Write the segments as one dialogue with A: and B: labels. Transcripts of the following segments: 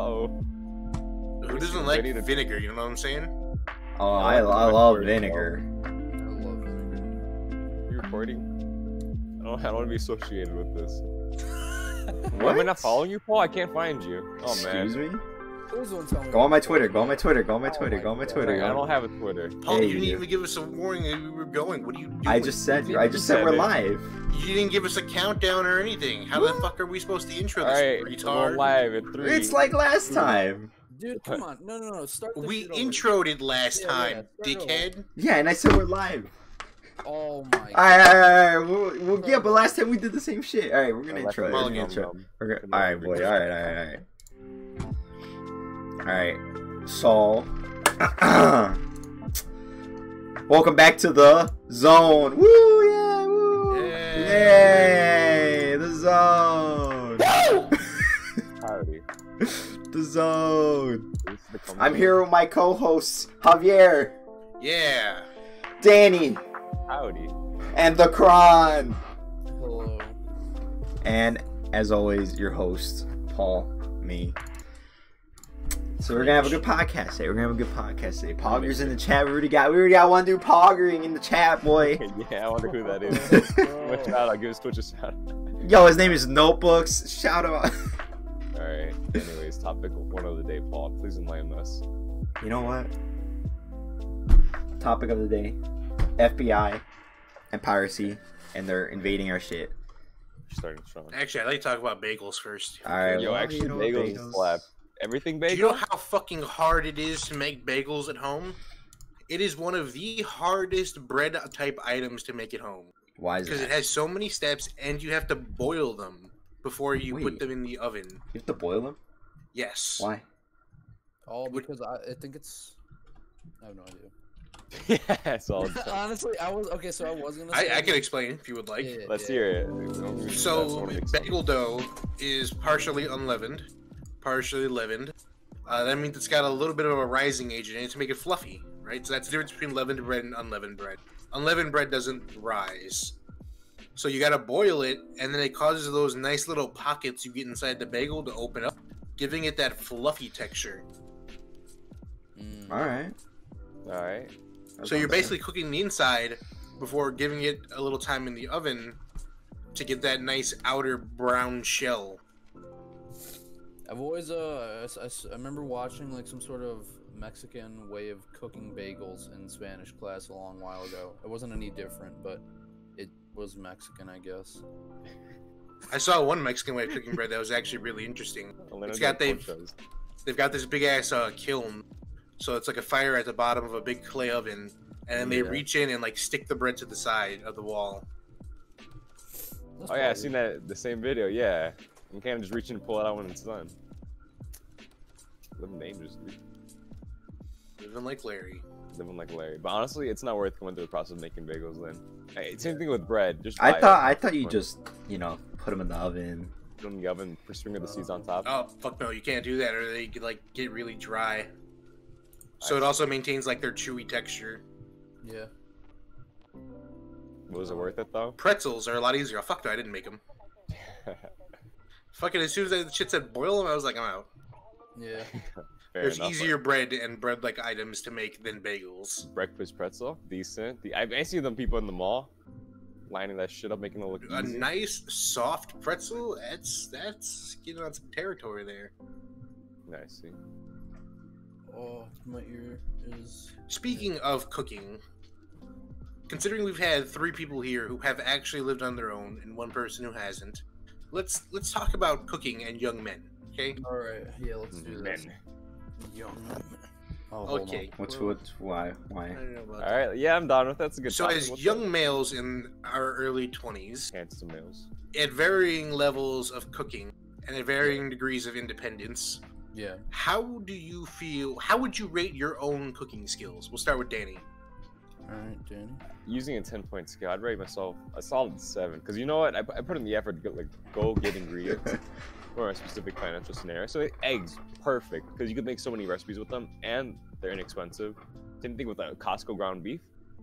A: Oh.
B: Who doesn't like vinegar? You know what I'm saying?
C: Oh,
A: I
C: I,
A: like
C: I
A: the
C: love
A: blackberry as well.
C: vinegar.
D: I love vinegar.
A: You recording? I don't, I don't want to be associated with this.
C: What?
A: Am I not following you, Paul? I can't find you. Oh, man.
C: Excuse me?
D: Please don't tell me.
C: Go on my Twitter. Go on my Twitter. Go on my
D: Oh
C: Twitter.
D: my
C: Go on my
D: God.
C: Twitter.
A: I don't have a Twitter.
B: Paul,
C: Yeah,
B: you
C: you
B: didn't
C: do.
B: even give us a warning that we were going. What are you doing?
C: I just said. I just said
A: Damn
C: we're
A: it.
C: live.
B: You didn't give us a countdown or anything. How the fuck are we supposed to intro this
A: Alright, we're
B: retard?
A: live at 3.
C: It's like last time.
D: Dude, come on. No, no, no. Start this
B: we
D: shit over.
B: introed it last
D: Yeah, yeah,
B: time,
D: start over.
B: dickhead.
C: Yeah, and I said we're live.
D: Oh my.
C: All right, all right, all right. We'll, we'll, yeah, but last time we did the same shit. All right, we're gonna
A: I
C: intro. it. We're
B: Mulligan.
C: gonna intro.
A: Um,
C: We're gonna, all right, boy. All right, all right, all right. All right. So, welcome back to the zone. Woo! Yeah. Woo! Yay! The zone.
A: Howdy.
C: The zone.
A: This is the company.
C: I'm here with my co-hosts Javier,
B: Yeah.
C: Danny,
A: Howdy.
C: and the Kron,
D: Hello.
C: and as always, your host Paul, me. So we're gonna have a good podcast today. We're gonna have a good podcast today. Poggers in the chat. We already got. We already got one dude poggering in the chat, boy.
A: yeah, I wonder who that is.
D: Let's
A: Twitch
D: go.
A: out. I'll give us Twitch a shout
C: Yo, his name is Notebooks. Shout out.
A: Alright. Anyways, topic one of the day, Paul. Please enlighten us.
C: You know what? Topic of the day: FBI and piracy, and they're invading our shit.
A: You're starting strong.
B: Actually, I'd like to talk about bagels first.
C: All right.
A: Yo,
C: well,
A: actually,
C: you know,
A: bagels is slap. Everything
B: Do you know
A: bagel?
B: how fucking hard it is to make bagels at home? It is one of the hardest bread type items to make at home
C: Why is
B: because it
C: that?
B: has so many steps, and you have to boil them before you
C: Wait.
B: put them in the oven.
C: You have to boil them.
B: Yes.
C: Why?
D: All
B: Would-
D: because I, I think it's. I have no idea.
A: yeah, it's all.
D: Honestly, I was okay. So I was gonna.
B: I,
D: Say
B: I can explain if you would like.
D: Yeah,
A: Let's
D: yeah.
A: hear it. Don't- that's
B: So
A: what makes sense.
B: bagel dough is partially unleavened, partially leavened. Uh, that means it's got a little bit of a rising agent in it to make it fluffy, right? So that's the difference between leavened bread and unleavened bread. Unleavened bread doesn't rise. So you gotta boil it, and then it causes those nice little pockets you get inside the bagel to open up, giving it that fluffy texture.
D: Mm.
C: All right.
A: All right.
C: That
B: So you're
C: sounds
B: basically cooking the inside before giving it a little time in the oven to get that nice outer brown shell.
D: I've always uh, I s- I, s- I remember watching like some sort of Mexican way of cooking bagels in Spanish class a long while ago. It wasn't any different, but it was Mexican, I guess.
B: I saw one Mexican way of cooking bread that was actually really interesting. It's got they- They've got this big ass uh, kiln, so it's like a fire at the bottom of a big clay oven, and then they
D: Yeah.
B: reach in and like stick the bread to the side of the wall.
D: That's
A: Oh yeah, I
D: probably-
A: seen that the same video. Yeah, you can't just reach in and pull it out when it's done. Living dangerous, dude.
B: Living like Larry.
A: Living like Larry. But honestly, it's not worth going through the process of making bagels. Then hey, same thing with bread. Just
C: I
A: buy it.
C: thought I thought you just you know put them in the oven.
A: Put it in the oven, sprinkle the seeds on top.
B: Oh fuck no, you can't do that, or they could, like get really dry. So
A: I
B: it also maintains like their chewy texture.
D: Yeah.
A: Was it worth it though?
B: Pretzels are a lot easier. Oh, fuck no, I didn't make them. Fucking as soon as that shit said boil them, I was like, I'm out.
D: Yeah.
A: Fair
B: There's
A: enough,
B: easier bread and bread like items to make than bagels.
A: like, breakfast pretzel, decent. The, I, I see them people in the mall, lining that shit up, making it look
B: A
A: easy.
B: nice soft pretzel, that's that's getting on some territory there.
A: nice. See.
D: Oh, my ear is.
B: Speaking of cooking, considering we've had three people here who have actually lived on their own and one person who hasn't, let's let's talk about cooking and young men. Okay.
D: All right. Yeah, let's do this.
A: Men.
D: Young. Oh, hold on.
B: Okay.
C: What's
B: well,
C: what's why
B: I
C: why?
B: don't know about
A: All right. Yeah, I'm down with that. That's a
B: that.
A: good.
B: So
A: topic.
B: as
A: What's
B: young
A: up?
B: males in our early twenties,
A: handsome males.
B: at varying levels of cooking and at varying degrees of independence,
D: Yeah.
B: how do you feel? How would you rate your own cooking skills? We'll start with Danny.
D: All right, Danny.
A: using a 10 point scale, I'd rate myself a solid seven. Because you know what? I, pu- I put in the effort to get, like, go get ingredients for a specific financial scenario. So, like, eggs, perfect. Because you could make so many recipes with them and they're inexpensive. Same thing with uh, Costco ground beef.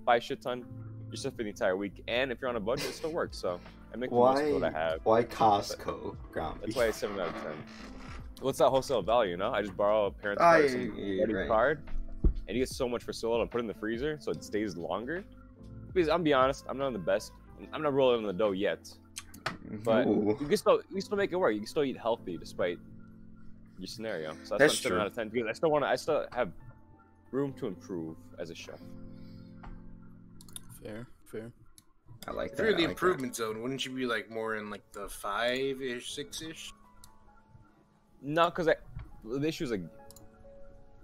A: Buy a shit ton, you're set for the entire week. And if you're on a budget, it still works. So, I make the most of what I
C: Why
A: have.
C: why Costco ground
A: That's
C: beef?
A: why it's 7 out of 10. what's that wholesale value? No, I just borrow a parent's
E: Ah,
A: card,
E: yeah,
A: or some
E: yeah, yeah,
A: buddy's
E: right.
A: card, and you get so much for so little. Put it in the freezer so it stays longer. Because I'm be honest, I'm not the best. I'm not rolling in the dough yet. But
E: Ooh.
A: You can still you can still make it work. You can still eat healthy despite your scenario. So
E: That's
A: that's, that's seven
E: true.
A: out of ten because I still want to. I still have room to improve as a chef.
D: Fair, fair.
E: I like
B: If
E: that.
B: you're in the
E: I like that.
B: improvement zone, wouldn't you be like more in like the five ish, six ish?
A: No, because I the issue is like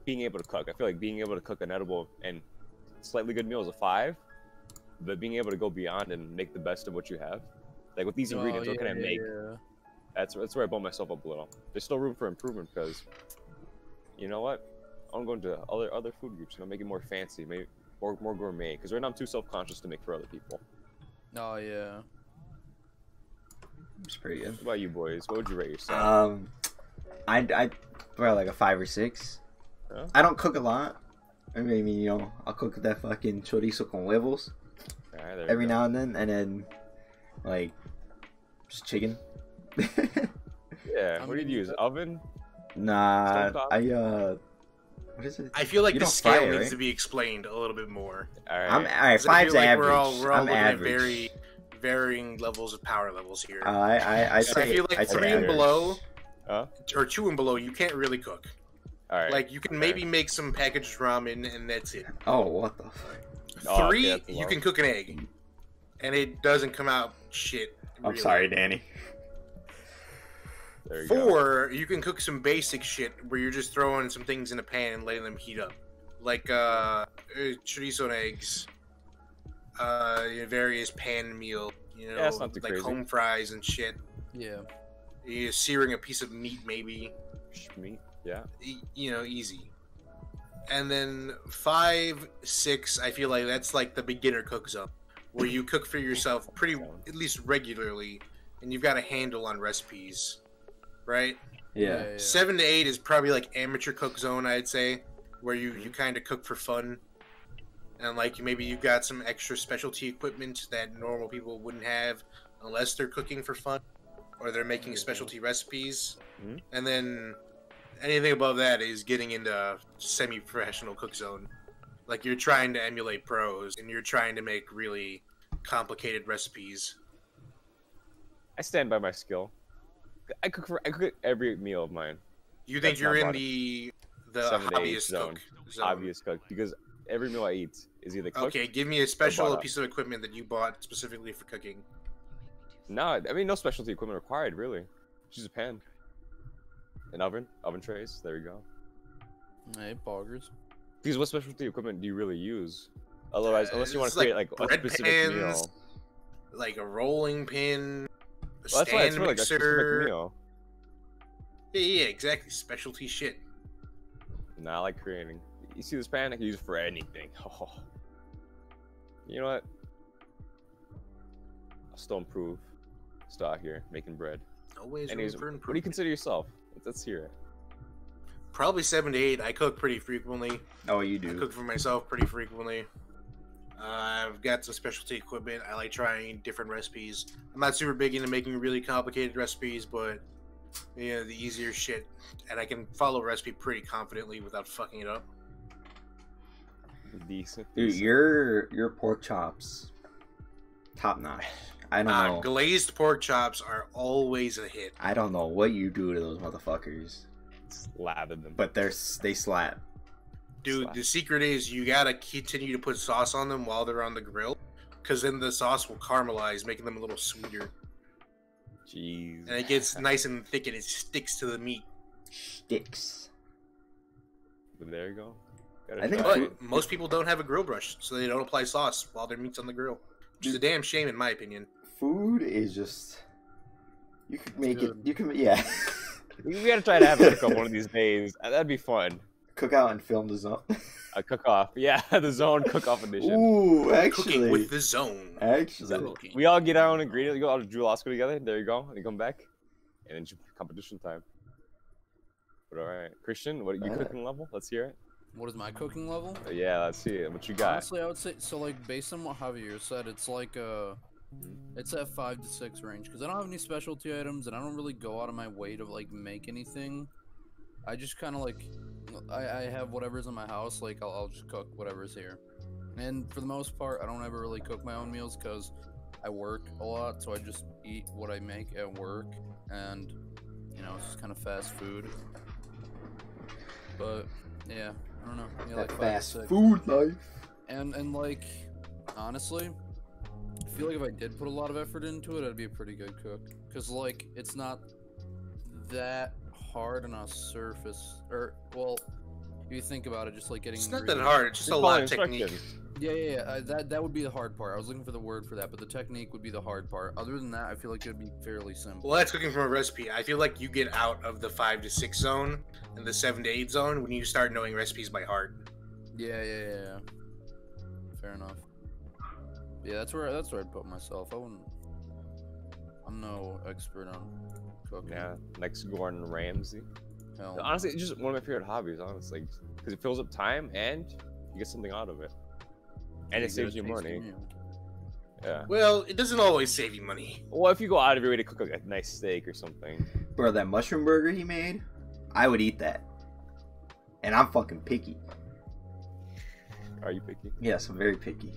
A: being able to cook. I feel like being able to cook an edible and slightly good meal is a five, but being able to go beyond and make the best of what you have, like with these
D: Oh,
A: ingredients, what
D: yeah,
A: can I
D: yeah,
A: make?
D: yeah.
A: That's that's where I blow myself up a little. There's still room for improvement because, you know what, I'm going to other other food groups and I'll make it more fancy, maybe more more gourmet. Because right now I'm too self conscious to make for other people.
D: Oh yeah.
E: It's pretty good.
A: What about you boys? What would you rate yourself?
E: Um, I I probably like a five or six.
A: Huh?
E: I don't cook a lot. I mean, you know, I'll cook that fucking chorizo con huevos
A: All right, there we
E: Uh, every
A: go.
E: now and then, and then like just chicken.
A: Yeah.
D: I'm
A: What do
D: gonna
A: you use?
D: use that.
A: Oven?
E: nah,
A: Sometimes.
E: I uh, what is it?
B: I feel like
E: You
B: the
E: don't
B: scale
E: fire,
B: needs
E: right?
B: to be explained a little bit more.
A: All right.
E: I'm all right.
B: 'Cause I
E: Five's
B: feel like
E: average.
B: We're all, we're all
E: I'm
B: looking
E: average.
B: at very varying levels of power levels here.
E: Uh, I I I
B: I
E: say
B: feel like
E: I'd say
B: three and
E: average.
B: below,
A: Huh?
B: or two and below, you can't really cook.
A: All right.
B: Like you can
A: Fair.
B: maybe make some packaged ramen and that's it.
E: Oh, what the fuck?
A: Oh, okay,
B: Three,
A: that's
B: you
A: low.
B: can cook an egg, and it doesn't come out shit.
E: I'm
B: really.
E: sorry, Danny.
A: There you go.
B: Four, you can cook some basic shit where you're just throwing some things in a pan and letting them heat up, like uh, uh, chorizo and eggs, uh, your various pan meal, you know,
A: Yeah, that's not too
B: like
A: crazy.
B: home fries and shit.
D: Yeah.
B: You're searing a piece of meat, maybe.
A: Sh- meat. Yeah.
B: e- you know easy and then five six i feel like that's like the beginner cook zone where you cook for yourself pretty at least regularly and you've got a handle on recipes right
E: Yeah.
B: seven to eight is probably like amateur cook zone i'd say where you
A: Mm-hmm.
B: you kind of cook for fun and like you maybe you've got some extra specialty equipment that normal people wouldn't have unless they're cooking for fun or they're making
A: Mm-hmm.
B: specialty recipes
A: Mhm.
B: and then anything above that is getting into semi-professional cook zone like you're trying to emulate pros and you're trying to make really complicated recipes
A: I stand by my skill. I cook for I cook every meal of mine.
B: you think
A: That's
B: you're
A: not
B: in
A: bad.
B: the the
A: Seven to eight
B: hobbyist
A: zone.
B: cook zone
A: Obvious cook because every meal I eat is either cooked.
B: Okay, give me a special
A: bought a-
B: piece of equipment that you bought specifically for cooking.
A: No, I mean no specialty equipment required really. Just a pan, an oven, oven trays. There you go.
D: Hey, boggers.
A: Because what specialty equipment do you really use? Otherwise, unless you want
B: it's
A: to
B: Uh, like
A: create like, a
B: bread
A: specific
B: pans,
A: meal.
B: Like a rolling pin, a
A: Well, that's why it's
B: stand
A: really like a specific
B: mixer.
A: meal.
B: Yeah, yeah, exactly. Specialty shit.
A: Nah, I like creating. You see this pan? I can use it for anything. Oh. You know what? I'll still improve. Still out here making bread.
B: Always room
A: Anyways,
B: for
A: What do you
B: improvement.
A: consider yourself? Let's- Let's hear it.
B: Probably seven to eight. I cook pretty frequently.
E: Oh, you
B: I
E: do.
B: cook for myself pretty frequently. Uh, I've got some specialty equipment. I like trying different recipes. I'm not super big into making really complicated recipes, but you know, the easier shit, and I can follow a recipe pretty confidently without fucking it up.
A: Decent.
E: Dude,
A: decent.
E: your your pork chops, top notch. I don't
B: Uh,
E: know.
B: glazed pork chops are always a hit.
E: I don't know what you do to those motherfuckers,
A: Slather them.
E: but they're s- they slap.
B: Dude,
A: Slap.
B: the secret is you gotta continue to put sauce on them while they're on the grill, because then the sauce will caramelize, making them a little sweeter.
A: Jeez.
B: And it gets nice and thick and it sticks to the meat.
E: Sticks.
A: But there you go. Gotta
E: I think-
A: try it.
B: But most people don't have a grill brush, so they don't apply sauce while their meat's on the grill, which is a damn shame, in my opinion.
E: Food is just. You could make it.
D: good.
E: You can yeah.
A: we we gotta try to have a cook one of these days. Uh, That'd be fun.
E: cook out and film the zone.
A: A cook off. Yeah, the zone cook off edition.
E: Ooh,
B: Cooking
E: actually,
B: with the zone.
C: eh,
E: actually,
B: Cooking.
A: We all get our own ingredient. We go out to Julasco together. There you go. And you come back. And then it's competition time. But all right, Christian, what are you
E: Alright.
A: cooking level? Let's hear it.
D: What is my cooking level?
A: Uh, Yeah, let's see it. What you got?
D: Honestly, I would say so. Like based on what Javier said, it's like uh, it's at five to six range because I don't have any specialty items and I don't really go out of my way to like make anything. I just kind of like, I, I have whatever's in my house. Like I'll, I'll just cook whatever's here, and for the most part, I don't ever really cook my own meals because I work a lot. So I just eat what I make at work, and you know, it's just kind of fast food. But yeah, I don't know.
E: that
D: Yeah, like five or
E: fast
D: six.
E: food life.
D: And and like, honestly, I feel like if I did put a lot of effort into it, I'd be a pretty good cook. Cause like, it's not that hard on a surface, or well, if you think about it, just like getting.
B: It's not that
D: ingredients-
B: hard. It's just a
A: Just
B: lot
A: follow
B: of technique.
A: instructions.
D: Yeah, yeah, yeah. Uh, that that would be the hard part. I was looking for the word for that, but the technique would be the hard part. Other than that, I feel like it'd be fairly simple.
B: Well, that's cooking from a recipe. I feel like you get out of the five to six zone and the seven to eight zone when you start knowing recipes by heart.
D: Yeah, yeah, yeah. yeah. Fair enough. Yeah, that's where that's where I'd put myself. I wouldn't. I'm no expert on cooking.
A: Yeah, next Gordon Ramsay.
D: Hell no.
A: Honestly, it's just one of my favorite hobbies, honestly, because it fills up time and you get something out of it. And it
D: You get
A: saves
D: a
A: you
D: tasty
A: money.
D: meal.
A: Yeah.
B: Well, it doesn't always save you money.
A: Well, if you go out of your way to cook like, a nice steak or something,
E: Bro, that mushroom burger he made, I would eat that. And I'm fucking picky.
A: are you picky?
E: Yes, I'm very picky.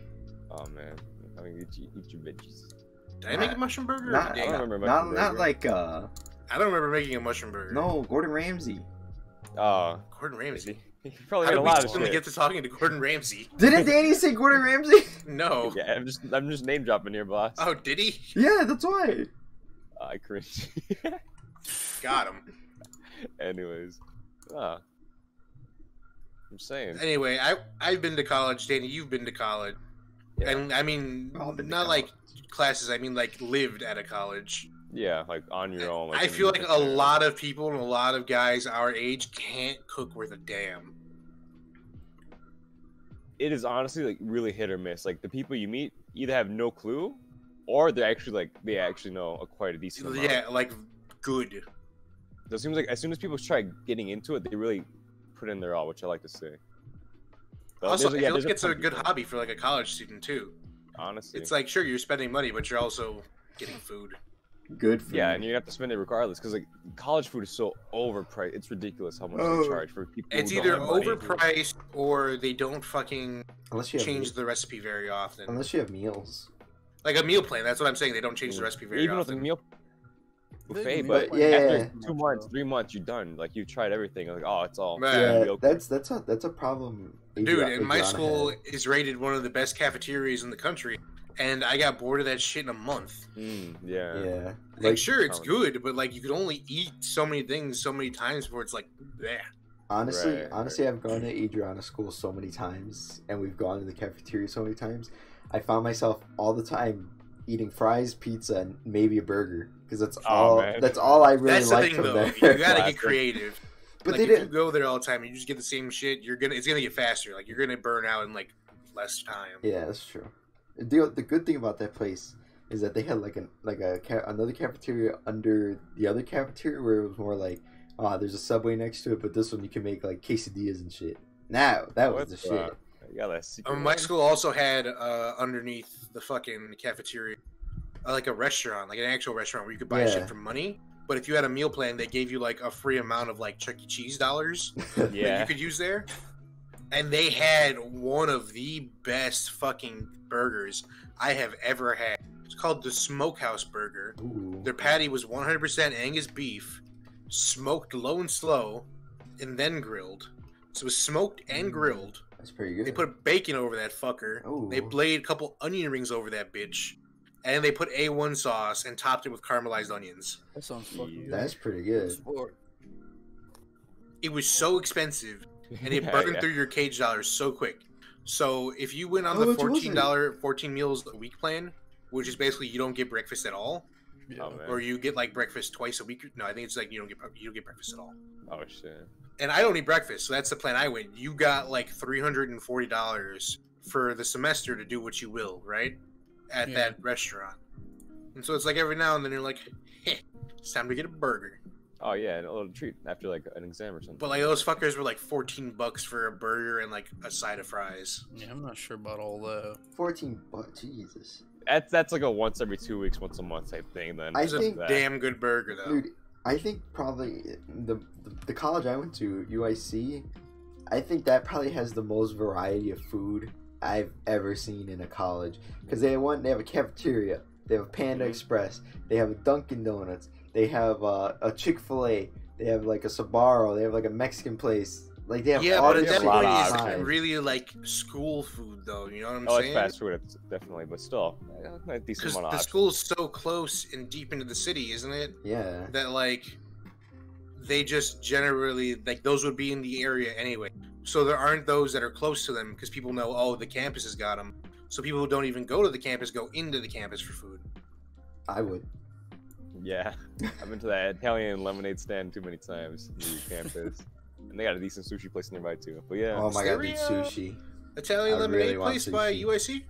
A: Oh man, I mean, eat, your- eat your bitches.
B: Did I make a mushroom burger? or
E: Not,
A: I
B: did I
A: don't
B: not?
A: remember
E: not,
A: mushroom
E: not
A: burger.
E: like, uh,
B: I don't remember making a mushroom burger.
E: no, Gordon Ramsay.
A: Oh,
B: Gordon Ramsay.
A: you probably Oh, had
B: How did
A: a
B: we
A: lot of
B: suddenly
A: shit.
B: get to talking to Gordon Ramsay?
E: Didn't Danny say Gordon Ramsay?
B: No.
A: Yeah, I'm just I'm just name dropping here, boss.
B: Oh, did he?
E: yeah, that's why.
A: I cringe.
B: Got him.
A: Anyways, ah, I'm saying
B: Anyway, I I've been to college, Danny. You've been to college,
A: Yeah.
B: and I mean
E: We've all been to
B: not like
E: college.
B: classes. I mean like lived at a college.
A: Yeah, like on your own.
B: I
A: in
B: feel like a
A: different-
B: lot of people and a lot of guys our age can't cook worth a damn.
A: It is honestly like really hit or miss. Like the people you meet either have no clue, or they're actually like they actually know a quite a decent amount.
B: Yeah, like good.
A: So it seems like as soon as people try getting into it, they really put in their all, which I like to see. But
B: also,
A: there's-
B: I
A: yeah,
B: feel
A: there's
B: like it's a
A: ton of
B: good
A: people,
B: hobby for like a college student too.
A: Honestly,
B: It's like sure you're spending money, but you're also getting food.
E: Good food.
A: yeah, and you have to spend it regardless because like college food is so overpriced. It's ridiculous how much
E: Oh.
A: they charge for people. who
B: It's
A: don't
B: either
A: have money.
B: overpriced or they don't fucking
E: unless
B: change the recipe very often.
E: unless you have meals.
B: Like a meal plan, that's what I'm saying. They don't change the recipe very
A: even with a
B: often.
A: meal buffet,
D: meal
A: but
E: plan is
A: after
E: not
A: two
D: much,
A: months,
D: though.
A: three months, you're done. Like you've tried everything. Like oh, it's all
B: Right.
A: mediocre.
C: Yeah, that's that's a that's a problem.
B: Dude, and my school is rated one of the best cafeterias in the country, and I got bored of that shit in a month.
A: Mm, yeah.
C: Yeah,
B: Like,
C: like
B: sure, it's
A: Oh.
B: good, but like you can only eat so many things so many times before it's like, bleh.
C: honestly,
A: Right,
C: honestly, I've gone to Adriana School so many times, and we've gone to the cafeteria so many times. I found myself all the time eating fries, pizza, and maybe a burger because that's all
A: Oh, man.
C: that's all I really
B: That's the
C: like
B: thing
C: from
B: though.
C: there.
B: You gotta
A: Classic.
B: get creative.
C: but
B: like
C: they
B: if
C: didn't.
B: you go there all the time and you just get the same shit, you're gonna it's gonna get faster. Like you're gonna burn out in like less time.
C: Yeah, that's true. The, the good thing about that place is that they had like an like a ca- another cafeteria under the other cafeteria where it was more like, ah, there's a subway next to it, but this one you can make like quesadillas and shit. Now that was
A: What's
C: the
A: that?
C: shit.
A: Yeah, that's secret.
B: Um, my school also had uh, underneath the fucking cafeteria, uh, like a restaurant, like an actual restaurant where you could buy
C: Yeah.
B: shit for money. But if you had a meal plan, they gave you like a free amount of like Chuck E. Cheese dollars that
A: Yeah.
B: you could use there. And they had one of the best fucking burgers I have ever had. It's called the Smokehouse Burger.
C: Ooh.
B: Their patty was 100% Angus beef, smoked low and slow, and then grilled. So it was smoked and grilled.
C: That's pretty
B: They
C: good.
B: put bacon over that fucker.
C: Ooh.
B: They laid a couple onion rings over that bitch. And they put A1 sauce and topped it with caramelized onions.
D: That sounds fucking good.
C: That's pretty good.
D: Sport.
B: It was so expensive and it
A: Yeah,
B: burned
A: yeah.
B: through your cage dollars so quick. So if you went on
C: How
B: the
C: much was it?
B: fourteen dollar fourteen meals a week plan, which is basically you don't get breakfast at all,
A: Oh, man.
B: or you get like breakfast twice a week. No, I think it's like you don't get you don't get breakfast at all.
A: oh shit.
B: and I don't eat breakfast, so that's the plan I went. You got like three hundred and forty dollars for the semester to do what you will, right? At
D: Yeah.
B: that restaurant. And so it's like every now and then you're like, Heh, it's time to get a burger.
A: Oh yeah, and a little treat after like an exam or something.
B: But like those fuckers were like fourteen bucks for a burger and like a side of fries.
D: Yeah, I'm not sure about all that.
A: Oh,
C: Fourteen bucks. Jesus,
A: that's that's like a once every two weeks, once a month type thing. Then
C: I
B: It was a
C: think-
A: that.
B: damn good burger though.
C: dude. I think probably the the college I went to, UIC, I think that probably has the most variety of food I've ever seen in a college. Because they want they have a cafeteria, they have a
B: Mm-hmm.
C: Panda Express, they have a Dunkin' Donuts, they have uh, a Chick Fil A, they have like a Sabaro, they have like a Mexican place. Like they have
B: yeah,
C: all
B: but at
C: this
B: that
C: shit
A: lot
B: point,
A: of
B: it's
C: inside.
B: really like school food, though. You know what I'm
A: Oh, it's
B: saying?
A: fast food, it's definitely, but still, a decent
B: Because
A: amount of
B: the
A: options.
B: school's so close and deep into the city, isn't it?
C: yeah.
B: That like they just generally like those would be in the area anyway. So there aren't those that are close to them because people know oh the campus has got them. So people who don't even go to the campus go into the campus for food.
C: I would.
A: Yeah, I've been to that Italian lemonade stand too many times near your campus, and they got a decent sushi place nearby too. But yeah,
C: oh my god, dude,
B: Syria?
C: sushi.
B: Italian
C: I
B: lemonade
C: really want
B: place by
C: sushi.
B: UIC.
A: yeah,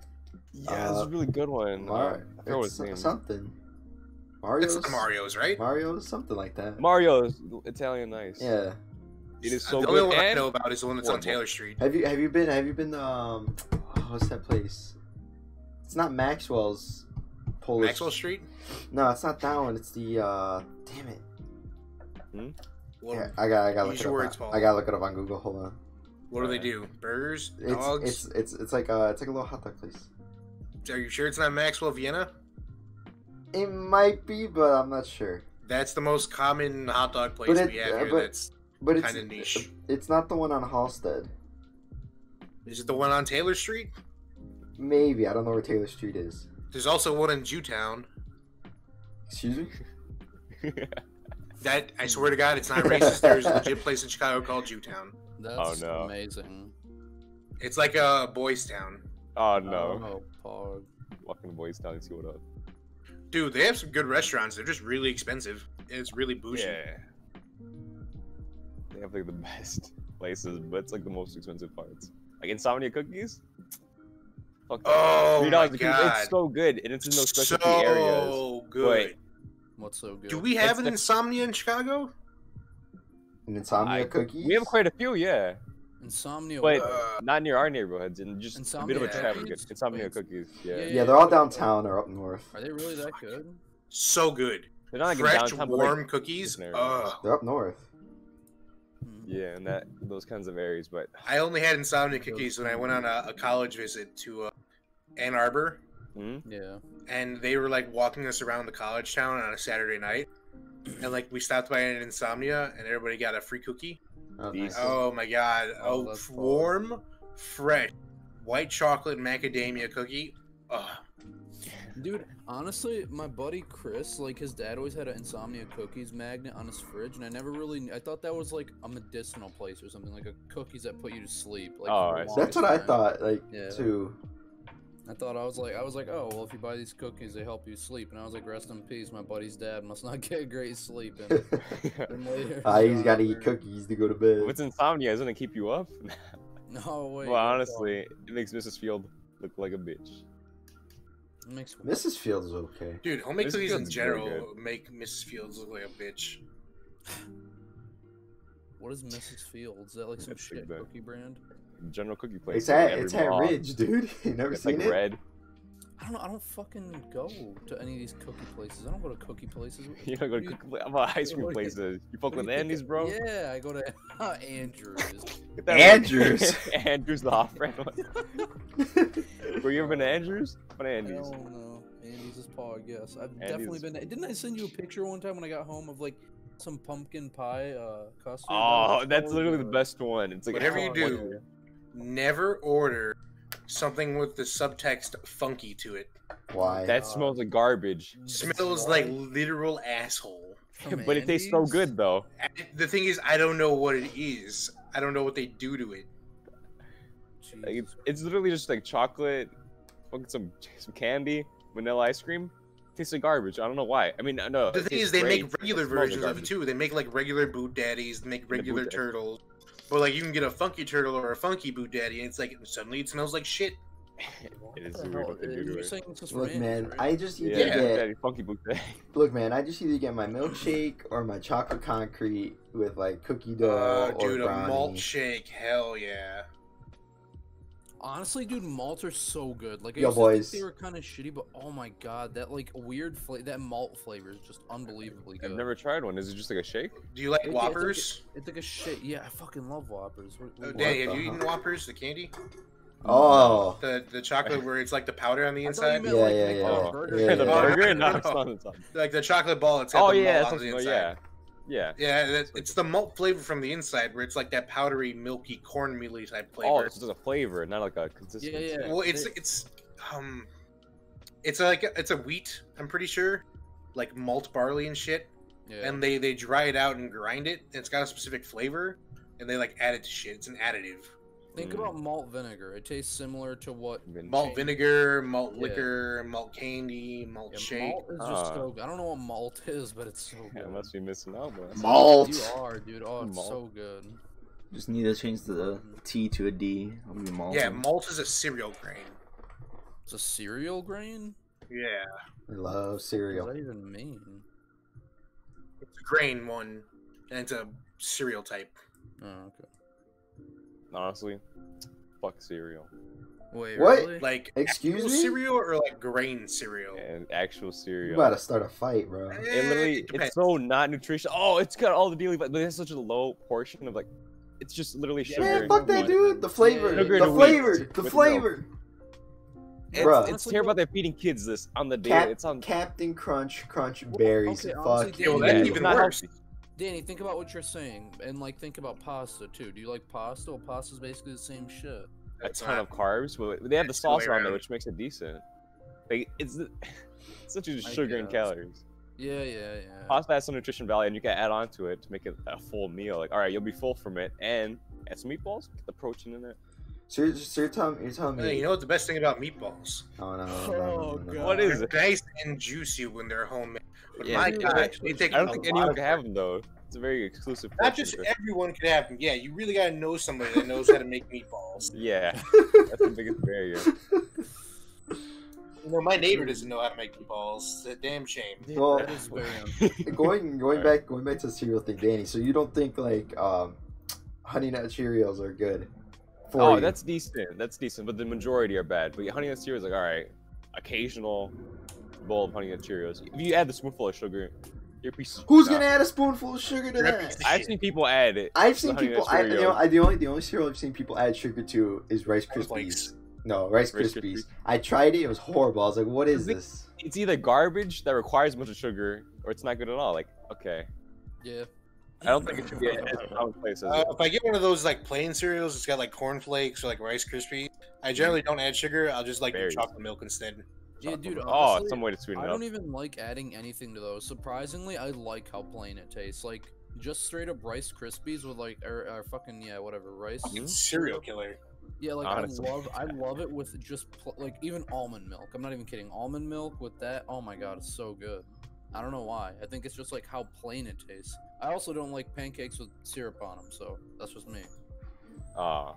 A: this is a
C: uh,
A: really good one. Uh,
C: Mar-
A: I forgot what his
C: it's
A: name.
C: something.
B: It's
C: Mario's
B: not Mario's, right?
C: Mario's something like that.
A: Mario's Italian nice.
C: yeah.
A: it is so
B: Uh, the
A: good.
B: only one I
A: and
B: know about is the one that's on
A: affordable.
B: Taylor Street.
C: Have you have you been have you been um what's that place? It's not Maxwell's Polish.
B: Maxwell Street.
C: No, it's not that one. It's the uh damn it.
B: What,
C: Yeah, I got I got to look
B: Use
C: it
B: your
C: up.
B: words,
C: on-
B: Paul.
C: I got to look it up on Google. Hold on.
B: what do they do? Burgers,
C: It's
B: dogs.
C: it's it's it's like uh it's like a little hot dog place.
B: Are you sure it's not Maxwell Vienna?
C: It might be, but I'm not sure.
B: That's the most common hot dog place
C: But it-
B: we have
C: uh,
B: here.
C: but-
B: that's
C: But it's
B: kind of niche.
C: it's not the one on Halstead.
B: Is it the one on Taylor Street?
C: Maybe I don't know where Taylor Street is.
B: There's also one in Jewtown.
C: Excuse me.
A: Oh,
B: That I swear to God, it's not racist. There's a legit place in Chicago called Jewtown.
D: That's
A: no.
D: amazing.
B: It's like a boys' town.
A: oh no,
D: Oh, Pog.
A: walking the boys down and see what up.
B: Dude, they have some good restaurants. They're just really expensive. It's really bougie.
A: Yeah, they have like the best places, but it's like the most expensive parts. Like insomnia cookies. Fuck that.
B: Oh
A: Three
B: my
A: dollars a piece.
B: God.
A: It's so good, and it's in those specialty
B: so
A: areas.
B: good.
A: Wait.
D: What's so good?
B: Do we have
A: It's
B: an
A: the-
B: insomnia in Chicago?
C: An insomnia
A: I-
C: cookies.
A: We have quite a few, yeah.
D: Insomnia.
A: Wait.
D: what?
B: Uh,
A: Not near our neighborhoods, and just a bit
D: Insomnia
A: of a traffic.
D: cookies?
A: Insomnia
D: Wait.
A: cookies, yeah.
D: Yeah,
C: Yeah, they're all downtown or up north.
D: Are they really that good?
B: so good.
A: They're not like in
B: Fresh,
A: downtown, but, like,
B: warm cookies.
A: different areas.
B: Ugh.
C: They're up north.
D: Hmm.
A: yeah, and that those kinds of areas. But
B: I only had insomnia cookies when I went on a, a college visit to uh, Ann Arbor,
A: hmm?
D: Yeah.
B: and they were like walking us around the college town on a Saturday night, and like we stopped by an insomnia, and everybody got a free cookie.
C: Oh,
A: These-
C: nice.
B: Oh my god!
D: Oh,
B: Oh,
D: that's fun.
B: warm, fresh, white chocolate macadamia cookie. Ugh.
D: Dude, honestly, my buddy Chris, like his dad always had an insomnia cookies magnet on his fridge, and I never really, kn- I thought that was like a medicinal place or something, like a cookies that put you to sleep. Like,
A: Oh,
D: for
A: I
D: the
A: see.
C: That's
D: longest
C: what I
D: time.
C: thought. Like
D: Yeah.
C: too.
D: I thought I was like, I was like, oh well, if you buy these cookies, they help you sleep, and I was like, rest in peace, my buddy's dad must not get great sleep. And then later,
C: Ah, he's got to
D: uh,
C: eat cookies to go to bed.
A: if it's insomnia, doesn't it keep you up?
D: No wait.
A: well, honestly, it makes Mrs. Field look like a bitch.
D: it makes
C: Mrs. Fields is okay.
B: Dude, homemade
A: Mrs.
B: cookies in
A: Fields is really
B: general make Mrs. Fields look like a bitch.
D: what is Mrs. Fields? Is that like some
A: That's
D: shit
A: exact-
D: cookie brand?
A: General cookie place.
C: It's
A: like,
C: at
A: every
C: it's at
A: mall.
C: Ridge, dude. You never
A: It's
C: seen
A: like
C: it?
A: red.
D: I don't know. I don't fucking go to any of these cookie places. I don't go to cookie places.
A: You know, go to
D: Dude,
A: cookie, pla- I'm about ice cream
D: what do you-
A: places. You fuck
D: what do
A: with
D: you think
A: Andy's,
D: of-
A: bro.
D: Yeah, I go to Andrews.
A: Get that right.
E: Andrews.
A: Andrews, the off brand one. Were you ever been to Andrews? But
D: I
A: Andy's.
D: don't know. Andy's is pog. Yes, I've
A: Andy's
D: definitely
A: is
D: been. to- Didn't I send you a picture one time when I got home of like some pumpkin pie uh, custard?
A: Oh,
D: was
A: that's
D: so
A: literally the
D: good.
A: best one. It's like
B: Whatever you
A: oh,
B: do,
A: yeah.
B: never order something with the subtext funky to it.
C: Why?
A: that
D: God.
A: smells like garbage.
D: It
B: Smells like literal asshole.
D: from
A: but it tastes so
D: Andes?
A: good though.
B: And The thing is, I don't know what it is. I don't know what they do to it.
A: Like, it's,
D: Jesus.
A: it's literally just like chocolate, fucking some some candy, vanilla ice cream. Tastes like garbage. I don't know why. I mean, I know.
B: The
A: it
B: thing
A: tastes
B: is, they
A: great,
B: make regular
A: it smells like
B: versions of it
A: garbage.
B: too. They make like regular boot daddies. They make
A: boot
B: regular
A: daddy.
B: turtles. But like, you can get a funky turtle or a funky boot daddy, and it's like suddenly it smells like shit.
D: What
A: It is
D: the
A: weird
D: hell?
A: what they do to
D: You're
A: it.
D: saying this is from
C: Look,
D: Andes,
C: man,
D: right?
C: I just either
A: Yeah,
B: Yeah.
C: get
A: daddy, funky boot daddy.
C: look, man, I just either get my milkshake or my chocolate concrete
D: Uh,
C: with like cookie
B: Oh,
C: dough or
B: dude, a
C: brownie.
B: malt shake, hell yeah.
D: Honestly, dude, malts are so good. Like, I
C: Yo,
D: used to think
C: boys.
D: they were kind of shitty, but oh my god, that like weird flavor, that malt flavor is just unbelievably good.
A: I've never tried one. Is it just like a shake?
B: Do you like
D: It- it's like
B: Whoppers?
D: It's like a shit. Yeah, I fucking love Whoppers. What-
B: Oh,
D: what-
B: Dan,
C: What
B: have
C: the
B: you eaten
C: hell?
B: Whoppers? The candy,
C: Oh,
B: the the chocolate where it's like the powder on the
D: I thought you
B: inside,
D: meant
C: Yeah,
D: like
C: yeah,
D: make
C: yeah.
D: a
A: Oh.
D: burger.
C: Yeah,
A: the
C: yeah,
A: burger?
B: yeah.
A: No, it's not. It's not.
B: like the chocolate ball. It's got
A: Oh
B: the
A: yeah,
B: malt
A: it's
B: on the
A: something like-
B: inside.
A: yeah, yeah.
B: Yeah, that, it's the malt flavor from the inside where it's like that powdery, milky, cornmealy type
A: Oh,
B: flavor.
A: it's just a flavor, not like a consistency.
D: yeah.
B: well, it's
D: they-
B: it's um, it's like it's a wheat. I'm pretty sure, like malt barley and shit.
D: Yeah.
B: And they they dry it out and grind it. And it's got a specific flavor, and they like add it to shit. It's an additive.
D: Think
A: Mm.
D: about malt vinegar. It tastes similar to what
A: Even-
B: Malt vinegar, malt
D: Yeah.
B: liquor, malt candy, malt
D: yeah,
B: shake.
D: malt is just
A: Ah.
D: so good. I don't know what malt is, but it's so
A: Yeah,
D: good.
A: I must be missing out, but that's-
D: You
E: Malt.
D: are, dude. Oh, it's
A: Malt.
D: so good.
E: Just need to change the T to a D. I'll be malt.
B: Yeah, malt is a cereal grain.
D: It's a cereal grain.
B: Yeah,
C: I love
D: What
C: cereal.
D: does that even mean?
B: it's a grain one, and it's a cereal type.
D: Oh, okay.
A: honestly, fuck cereal
D: Wait,
C: What?
D: really?
B: Like
C: Excuse
B: actual
C: me?
B: cereal or like grain cereal?
A: and actual
C: You
A: cereal.
C: about to start a fight, bro.
B: Eh,
A: It literally,
B: depends.
A: it's so not nutritional. Oh, it's got all the daily, but it's such a low portion of like, it's just literally
D: Yeah,
A: sugar.
C: Man,
A: and
C: fuck that,
A: wine.
C: dude. The flavor,
A: Sugar
C: the
A: and
C: flavor,
A: wheat
C: the
A: with
C: flavor.
A: It's,
C: Bruh.
A: it's terrible that they're feeding kids this on the
C: Cap-
A: daily. It's on.
C: Captain Crunch, Crunch berries.
D: okay, honestly,
C: Fuck
D: Yeah, well,
C: you.
D: that's
A: Yeah,
B: even
A: it's not
B: worse.
A: healthy.
D: Danny, think about what you're saying, and like think about pasta too. Do you like pasta? Well, pasta's basically the same shit.
A: A
B: That's
A: ton
B: not-
A: of carbs, but they have the
B: That's the way
A: sauce on there,
B: around.
A: which makes it decent. Like, it's, it's such as
D: I
A: sugar and
D: guess.
A: calories.
D: Yeah, yeah, yeah.
A: pasta has some nutrition value and you can add on to it to make it a full meal like all right you'll be full from it and add some meatballs get the protein in it
C: So you're, so you're telling you're telling
B: Hey,
C: me?
B: you know what's the best thing about meatballs?
C: Oh no! no, no,
D: Oh,
C: no, no,
D: God.
C: no.
A: What is
B: They're
A: it?
B: nice and juicy when they're homemade. But
A: Yeah,
B: my
A: dude,
B: God,
D: actually-
B: they take
A: i don't
B: a
A: think
B: lot
A: anyone
B: of
A: can have them though it's a very exclusive
B: Not
A: portion
B: just
A: of it.
B: everyone can have them. Yeah, you really gotta know somebody that knows how to make meatballs.
A: yeah that's the biggest barrier
B: You know, my neighbor doesn't know how to make meatballs. It's a damn shame.
C: Well,
D: That is very un-
C: going going
A: Alright.
C: back going back to the cereal thing, Danny. So you don't think like um, Honey Nut Cheerios are good for
A: oh
C: you?
A: that's decent that's decent but the majority are bad but honey nut cereal is like all right occasional bowl of honey nut cheerios if you add the spoonful of sugar you're a piece of
C: Who's
A: nah.
C: gonna add a spoonful of sugar to
B: You're a
C: that?
B: piece of
A: i've
B: shit.
A: seen people add it
C: I've seen
A: The Honey Nut
C: people. I, you know,
A: Cheerios.
C: I the only the only cereal I've seen people add sugar to is Rice
B: Flakes.
C: Krispies. No, Rice
A: Rice
C: Krispies.
A: Krispies.
C: I tried it. It was horrible. I was like, "What is
A: Is it-
C: this?"
A: it's either garbage that requires a bunch of sugar or it's not good at all like okay
D: yeah.
A: i don't think it should be as commonplace as
B: Uh, if I get one of those like plain cereals, it's got like cornflakes or like Rice Krispies. I generally don't add sugar. I'll just like do
A: Mm. Berries.
B: chocolate milk instead.
D: Yeah, dude.
A: oh,
D: honestly,
A: some way to sweeten
D: I
A: it up.
D: don't e even like adding anything to those. Surprisingly, I like how plain it tastes. Like just straight up Rice Krispies with like or, or fucking yeah, whatever rice.
A: Mm.
B: Fucking cereal killer.
D: Yeah, like
A: Honestly.
D: I love I love it with just pl- like even almond milk. I'm not even kidding. Almond milk with that. Oh my god, it's so good. I don't know why. I think it's just like how plain it tastes. I also don't like pancakes with syrup on them, so that's just me.
A: Ah,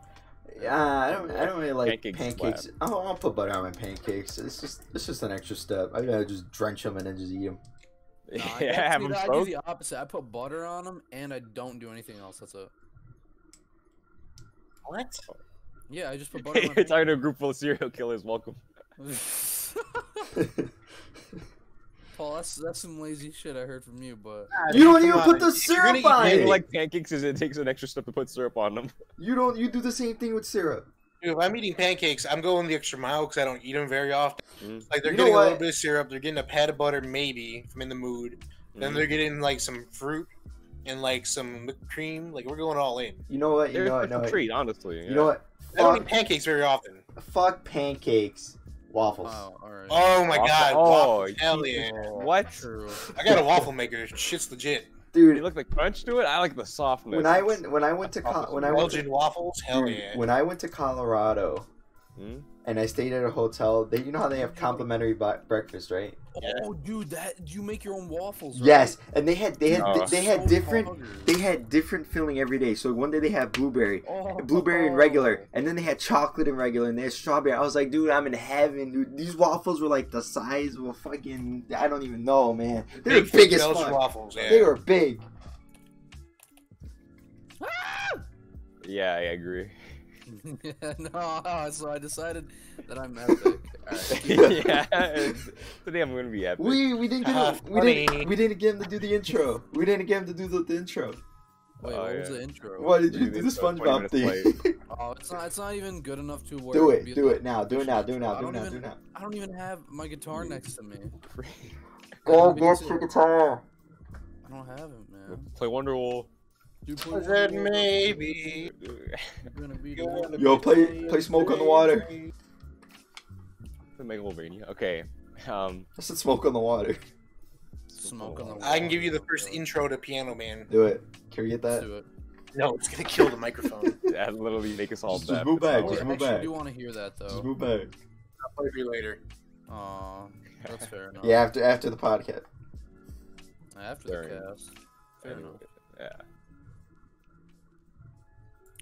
C: Yeah, I don't. I don't really like
A: Pancakes
C: pancakes.
A: is
C: I'll, I'll put butter on my pancakes. It's just. It's just an extra step. I gotta just drench them and then just eat them.
D: Nah, I-
A: yeah,
D: that's-
A: have
D: dude,
A: them
D: I do
A: soaked.
D: the opposite. I put butter on them and I don't do anything else. That's it.
B: What?
D: Yeah, I just put butter. on my
A: You're talking to a group full of serial killers. Welcome.
D: pancakes. Paul, that's that's some lazy shit I heard from you, but
C: you don't even
B: on.
C: put the
B: If you're gonna
C: syrup
B: eat
C: on
A: Maybe
C: it.
A: like pancakes is it takes an extra step to put syrup on them.
C: you don't. You do the same thing with syrup.
B: Dude, if I'm eating pancakes, I'm going the extra mile because I don't eat them very often.
A: Mm.
B: Like they're
C: You know
B: getting a little
C: what?
B: bit of syrup, they're getting a pat of butter, maybe if I'm in the mood. Then
C: Mm.
B: they're getting like some fruit and like some whipped cream. Like we're going all in.
C: You know what? You
A: They're
C: know
A: a
C: what? No, wait.
A: treat, honestly.
C: You know what?
B: I don't eat
C: Fuck,
B: pancakes very often.
C: fuck pancakes, waffles.
D: wow, all right.
B: Oh my
A: Waffle-
B: god!
A: oh,
B: waffle, hell
A: you-
B: yeah!
A: What?
D: True.
B: I got a waffle maker. Shit's legit.
A: You
C: Dude,
A: look like crunch to it. I like the softness.
C: when I went when I went to
A: Waffles
C: co- when I went to,
B: Belgian waffles. Hell yeah!
C: when I went to Colorado
A: Mm.
C: and I stayed at a hotel, they you know how they have complimentary bu- breakfast, right?
D: Oh, dude, that you make your own waffles? Right?
C: Yes, and they had they had
A: No.
C: they had
D: So
C: different
D: hungry.
C: they had different filling every day. So one day they had blueberry,
D: Oh.
C: blueberry and regular, and then they had chocolate and regular, and they had strawberry. I was like, dude, I'm in heaven, dude. These waffles were like the size of a fucking I don't even know, man. They were big as
B: Belgian
C: fuck.
B: waffles. Yeah.
C: They were big.
A: Yeah, I agree.
D: no, so I decided that I'm epic. Alright.
A: yeah, it's- today I'm gonna be epic.
C: We we didn't get
B: Ah,
C: him, we didn't
B: funny.
C: we didn't get him to do the intro. We didn't get him to do the, the intro.
D: Wait,
A: Oh,
D: what was
A: yeah.
D: the intro?
C: Why did
A: do
C: you
A: the
C: do the
A: intro, 20
C: SpongeBob
A: minutes
C: thing?
D: Oh, it's not. It's not even good enough to work.
C: do it, do it now, do it now, do it now, do it now, do it now.
D: I don't even have my guitar next to me.
C: Go
D: Be
C: get
D: too-
C: your guitar.
D: I don't have it, man.
A: Play Wonderwall.
D: Dude, play
B: Was that
D: Wonderwall.
B: maybe?
D: You're gonna be the one.
C: Yo, play play Smoke on the Water.
A: Megalovania. Okay. Um,
C: I said Smoke on the Water.
D: Smoke on the
B: I can give you the first intro to Piano Man.
C: Do it. Can we get
D: Let's
C: that?
D: do it.
B: No, it's gonna kill the microphone.
A: that literally make us all
C: Just- just
A: deaf.
C: move back,
A: That works.
C: just
D: I
C: move
D: actually
C: back.
D: do want to hear that
C: Just
D: though.
C: move back.
B: I'll play for you later.
D: Aw, that's fair enough.
C: Yeah, after after the podcast.
D: After
A: Fair
D: the
A: enough.
D: cast.
A: Fair enough. Yeah.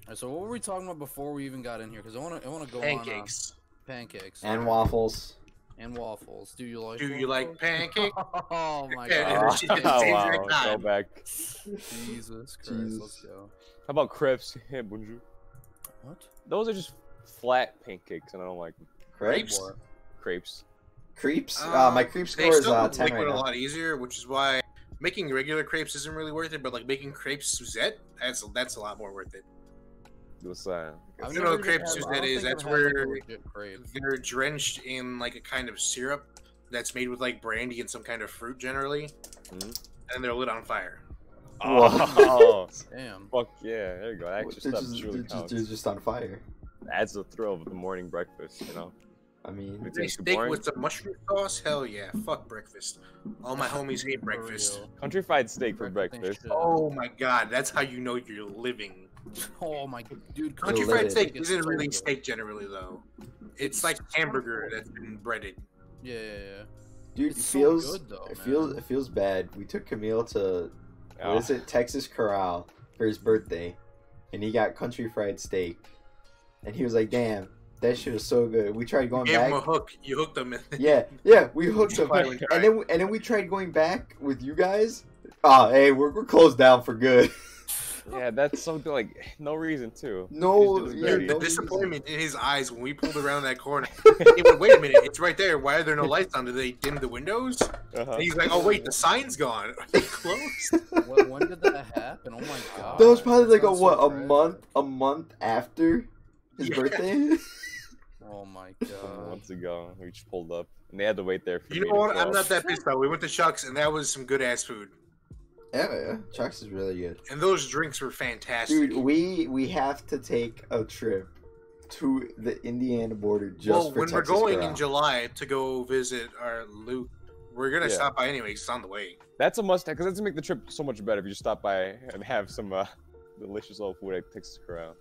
D: Alright, so what were we talking about before we even got in here? Because I want to. I want to go
B: Pancakes.
D: on uh, pancakes
C: And waffles.
D: and waffles. Do you like?
B: Do you like pancakes?
D: Oh my
B: Yeah.
D: god.
A: Oh,
B: Seems
A: wow.
B: like time.
A: Go back.
D: Jesus Christ. Let's
C: Jesus.
D: go.
A: How about crepes? Hey, bonjour.
D: What?
A: Those are just flat pancakes, and I don't like them.
C: Crepes?
B: Crepes?
A: crepes.
C: Creeps? Uh,
B: Uh,
D: Um,
C: my creep
B: They
C: score is
B: still
C: uh,
B: make
C: 10
B: liquid
C: right
B: a
C: now.
B: lot easier, which is why making regular crepes isn't really worth it. But like making crepes Suzette, that's that's a lot more worth it.
A: This, uh,
D: I've
B: You know
D: never
B: what
D: even
B: crepes
D: had-
B: is
D: I
B: that is, that's
D: don't think I've had, like, a
B: where-
D: legit crepe.
B: They're drenched in like a kind of syrup that's made with like brandy and some kind of fruit generally,
A: Mhm.
B: and they're lit on fire.
A: oh,
D: Damn.
A: fuck yeah! There you go. That
C: What-
A: extra
C: They're
A: stuff
C: just,
A: truly
C: they're just,
A: counts.
C: they're just on fire.
A: That's the thrill of the morning breakfast, you know.
C: I mean,
A: It's
B: They
A: just
B: steak
A: boring.
B: with some mushroom sauce? Hell yeah. Fuck breakfast. All my homies hate
D: For
B: breakfast.
D: real.
A: Country fried steak for
D: Breakfast ain't
A: breakfast.
D: shit.
B: Oh my god, that's how you know you're living.
D: Oh my dude.
B: Country
C: You're
B: fried
C: living.
B: steak
D: is
B: isn't
D: so
B: really
D: good.
B: steak generally though. It's
D: It's
B: like
D: so
B: hamburger
D: good.
B: that's been breaded.
D: Yeah, yeah, yeah.
C: dude, it
D: It's so
C: feels
D: good, though,
C: it
D: man.
C: feels it feels bad. We took Camille to
A: Oh,
C: what is it, Texas Corral for his birthday, and he got country fried steak, and he was like, "Damn, that shit is so good." We tried going
B: Give them a
C: back.
B: hook. You hooked them.
C: Yeah, yeah, we hooked him,
B: Why we tried.
C: and then and then we tried going back with you guys. Ah, hey, we're we're closed down for good.
A: Yeah, that's something like no reason too.
C: No,
A: He's just
C: yeah,
A: dirty.
B: Dude,
C: no
B: the
C: reason.
B: disappointment in his eyes when we pulled around that corner. He went, Wait a minute, it's right there. Why are there no lights on? Do they dim the windows?
A: Uh-huh.
B: And he's like, oh wait, the sign's gone. Are they closed?
D: Wh- when did that happen? Oh my god.
C: That was probably like a
D: sounds so
C: what a
D: tragic.
C: month a month after his
B: Yeah.
C: birthday.
D: Oh my
A: Some
D: god.
A: months ago, Uh, we just pulled up, and they had to wait there for
B: You
A: me
B: know
A: to
B: what?
A: fill
B: I'm
A: up.
B: not that pissed though. We went to Shucks and that was some good ass food.
C: yeah, yeah, Chuck's is really good,
B: And those drinks were fantastic.
C: dude. We we have to take a trip to the Indiana border just
B: well,
C: for
B: when
C: Texas
B: we're going in
C: Corral.
B: July to go visit our Luke, we're gonna
A: Yeah.
B: stop by anyway. 'cause It's on the way.
A: That's a must because that's gonna make the trip so much better if you just stop by and have some uh, delicious old food at Texas Corral.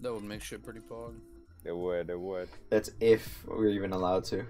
D: That would make shit pretty pog.
A: They would, they would.
C: That's if we're even allowed to.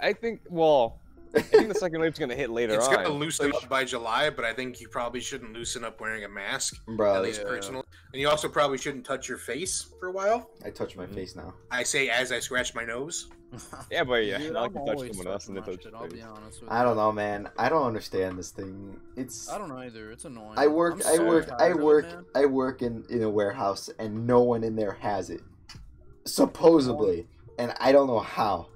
A: I think. Well, I think the second wave's gonna hit later
B: it's
A: on.
B: gonna loosen
A: So-
B: up by July, but I think you probably shouldn't loosen up wearing a mask. at
C: Bro,
B: least
D: yeah.
B: personally, and you also probably shouldn't touch your face for a while.
C: I touch my
A: Mhm.
C: face now.
B: I say as I scratch my nose.
C: Oh,
A: Yeah, but yeah,
D: Dude,
A: not like
D: I'm
A: you touch
D: always
A: someone else and they
D: touching
A: touch
D: my shit, I'll
A: your
D: be
A: face.
D: honest with
C: I don't
D: you.
C: know, man. I don't understand this thing. It's
D: I don't know either. It's annoying.
C: I work,
D: I'm
C: I
D: so
C: work,
D: tired
C: I
D: of it,
C: work,
D: man.
C: I work in in a warehouse, and no one in there has it, supposedly, and I don't know how.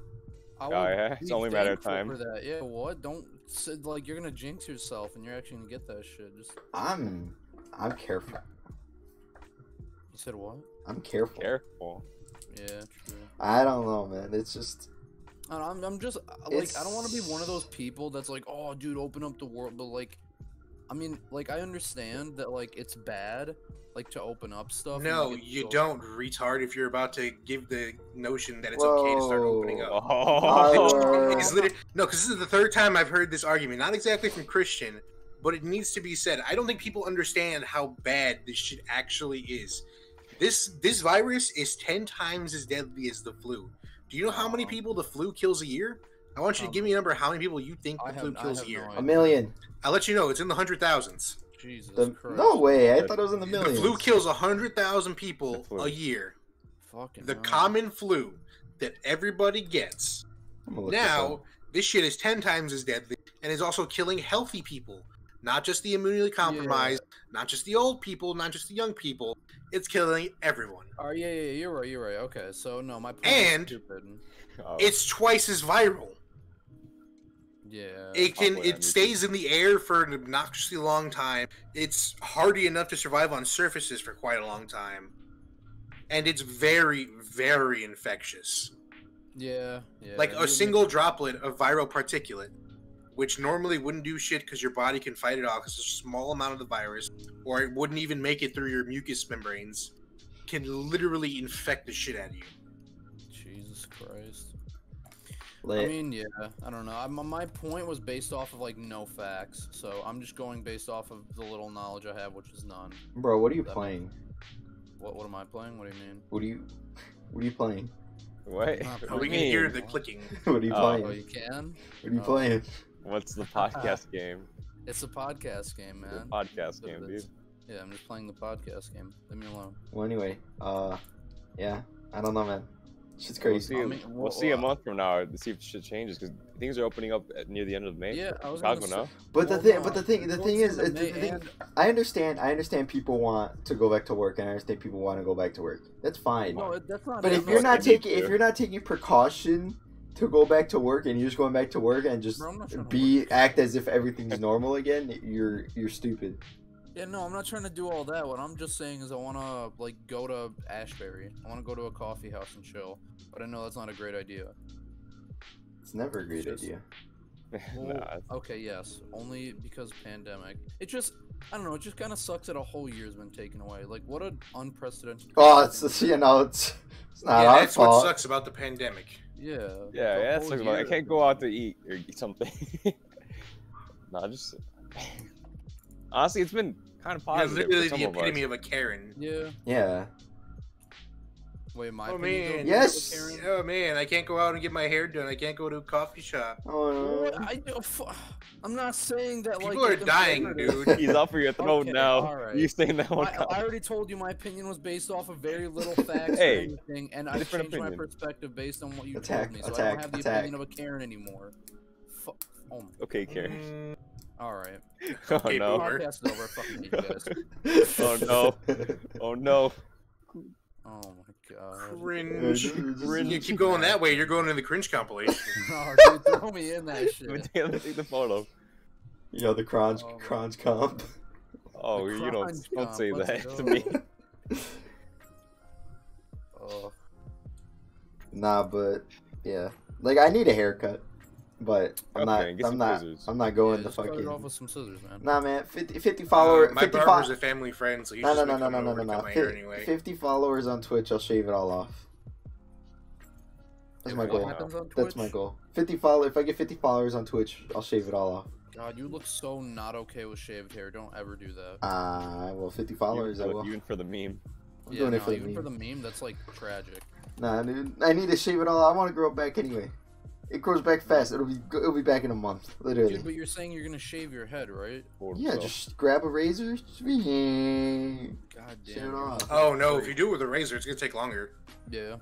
D: I
A: Oh,
D: would
A: yeah, it's
D: be
A: only a matter of
D: thankful
A: time.
D: For that. Yeah, what? Don't say, like you're gonna jinx yourself and you're actually gonna get that shit. Just you
C: I'm, I'm careful.
D: said what?
C: I'm careful.
A: Careful.
D: Yeah, true.
C: I don't know, man. It's just
D: I don't- I'm, I'm just uh, like I don't want to be one of those people that's like, oh, dude, open up the world. But like, I mean, like I understand that like it's bad, like to open up stuff. and,
B: No,
D: like, it's
B: you
D: so-
B: don't, retard. If you're about to give the notion that it's okay to start
C: Whoa.
B: opening up.
A: Oh,
C: Tyler.
B: It's literally- no, because this is the third time I've heard this argument. Not exactly from Christian, but it needs to be said. I don't think people understand how bad this shit actually is. This this virus is ten times as deadly as the flu. Do you know how many people the flu kills a year? I want you to give me a number of how many people you think
D: I
B: the
D: have-
B: flu
D: I
B: kills a
D: have
B: year.
D: no
C: a million.
B: I'll let you know. It's in the hundred thousands.
D: Jesus
C: The-
D: Christ.
C: no way. I thought it was in the
B: The
C: millions.
B: flu kills hundred thousand
A: The
B: people
A: flu.
B: a year.
D: Fucking
B: The
D: hell.
B: common flu that everybody gets
C: I'm gonna look this
B: now
C: up.
B: this shit is 10 times as deadly and is also killing healthy people Not just the immunity compromised, not just the old people, not just the young people. It's killing everyone.
D: Oh yeah, yeah, yeah, you're right, you're right. Okay, so no, my point
B: And-
D: is stupid.
A: Oh,
B: It's twice as viral.
D: Yeah.
B: It can
A: probably, I mean,
B: it stays in the air for an obnoxiously long time. It's hardy enough to survive on surfaces for quite a long time. And it's very, very infectious.
D: yeah, yeah.
B: like
D: you
B: a
D: would-
B: single droplet of viral particulate, which normally wouldn't do shit because your body can fight it off. It's a small amount of the virus, or it wouldn't even make it through your mucous membranes, can literally infect the shit out of you.
D: Jesus Christ.
C: Like,
D: I mean, yeah, I don't know. I, my- my point was based off of like no facts, so I'm just going based off of the little knowledge I have, which is none.
C: bro, what are you
D: that-
C: playing?
D: What What am I playing? What do you mean?
C: What are you? What are you playing?
A: What? What
D: Not
B: But
A: do
B: we
A: you
B: can hear
A: mean?
B: the clicking.
C: What are you
A: Oh.
C: playing?
D: Oh,
C: What
D: you can.
C: are you
D: oh.
C: playing?
A: What's the podcast game?
D: It's a podcast game,
A: The
D: man.
A: podcast
D: So
A: game, dude.
D: that's- Yeah, I'm just playing the podcast game. Leave me alone.
C: Well, anyway, uh, yeah, I don't know, man. Shit's
A: We'll
C: crazy.
A: see,
D: I mean,
A: we'll
D: well,
A: see a
D: uh,
A: month from now to see if shit changes because things are opening up at, near the end of May.
D: Yeah, I was
A: Chicago,
D: gonna
A: no?
D: say-
C: But the
D: Well,
C: thing,
D: no,
C: but the thing, the
D: well,
C: thing
D: it's
C: is,
D: in
C: it's, the
D: May
C: thing,
D: and-
C: I understand, I understand people want to go back to work, and I understand people want to go back to work. That's fine.
D: No, it- that's not.
C: But
D: it.
C: if
D: I'm
C: you're
A: not
C: not
A: saying me
C: taking, if
A: too.
C: you're not taking precaution to go back to work, and you're just going back to work and just
D: Bro, I'm not trying to
C: be
D: work.
C: act as if everything's normal again, you're you're stupid.
D: Yeah, no, I'm not trying to do all that. What I'm just saying is I want to like go to Ashbury. I want to go to a coffee house and chill. But I know that's not a great idea.
C: It's never a great
D: Just-
C: idea.
D: uh,
A: nah, it's-
D: Okay, yes, only because pandemic. It just, I don't know. It just kind of sucks that a whole year's been taken away. Like what an unprecedented.
C: Oh,
D: thing.
C: it's you know, it's it's not
B: yeah,
C: our
B: that's what
C: fault.
B: sucks about the pandemic.
D: yeah.
A: yeah,
D: the
A: yeah, that's
D: whole
A: like, I
D: year.
A: can't go out to eat or eat something. nah, just honestly, it's been kind of
B: You're
A: positive.
B: literally
A: for
B: the
A: some of us.
B: epitome of a Karen.
D: Yeah.
C: Yeah,
D: Wait, my
B: Oh
D: opinion's
B: man.
D: over,
C: Yes.
D: Karen?
B: Oh man, I can't go out and get my hair done. I can't go to a coffee shop.
C: oh, no.
D: I don't, fu- I'm not saying that
B: People
D: like
B: are dying, dude.
A: He's up for your throat
D: Okay,
A: now.
D: alright.
A: You saying that one?
D: I, I already told you my opinion was based off of very little facts
A: Hey,
D: or anything, and I've
A: different
D: changed my
A: opinion.
D: perspective based on what you
C: Attack,
D: told me. So I
C: attack,
D: don't have the
C: attack.
D: opinion of a Karen anymore. Fu- oh my.
A: okay, Karen.
B: Mm,
D: All right.
A: Oh
B: Okay,
A: no.
B: boomer.
D: Podcast is over. I fucking hate you guys.
A: Oh, Oh no.
D: Oh my god.
B: Cringe. You keep going that way, you're going in the cringe compilation.
D: Oh, dude, throw me in that
A: Let me
D: shit.
A: take, let me take the photo.
C: You know the crunch,
D: Oh, man.
C: crunch comp.
A: Oh,
D: The
A: you don't
D: crunch
A: don't
D: comp,
A: say
D: let's
A: that to
D: go.
A: me.
D: Oh,
C: Nah, but yeah, like I need a haircut, but I'm
A: Okay, get
C: not. I'm
A: some
C: not.
A: scissors.
C: I'm not going
D: yeah,
C: to
D: just cut it off
C: fucking.
D: with some scissors, man.
C: Nah, man. 50, 50 follower.
B: Uh, my
C: 50 fo-
B: barber's a family friend, so he's
C: no,
B: just
C: no, no,
B: gonna
C: no,
B: come
C: no, no,
B: over and
C: no,
B: cut
C: no.
B: my hair
C: Fif-
B: anyway.
C: Fifty followers on Twitch. I'll shave it all off.
A: Yeah,
C: That's
A: why
C: my
D: What
C: goal.
A: not?
D: happens on
C: That's
D: Twitch?
C: my goal. Fifty follow. If I get fifty followers on Twitch, I'll shave it all off.
D: God, you look so not okay with shaved hair. Don't ever do that.
C: Ah, well, fifty followers. I
A: even,
C: will.
A: even for the meme.
C: I'm doing
D: no,
C: it for the
D: even
C: meme.
D: for the meme, that's like tragic.
C: Nah, dude. I need to shave it all. I want to grow it back anyway. It grows back fast. It'll be. go- It'll be back in a month, literally.
D: Dude, but you're saying you're gonna shave your head, right?
A: for
C: Yeah,
A: himself.
C: just grab a razor. swing.
D: God
C: Shave
D: damn.
C: it
D: you're
C: off.
D: fucking
B: Oh no, if you
D: freak.
B: do it with a razor, it's gonna take longer.
D: Yeah.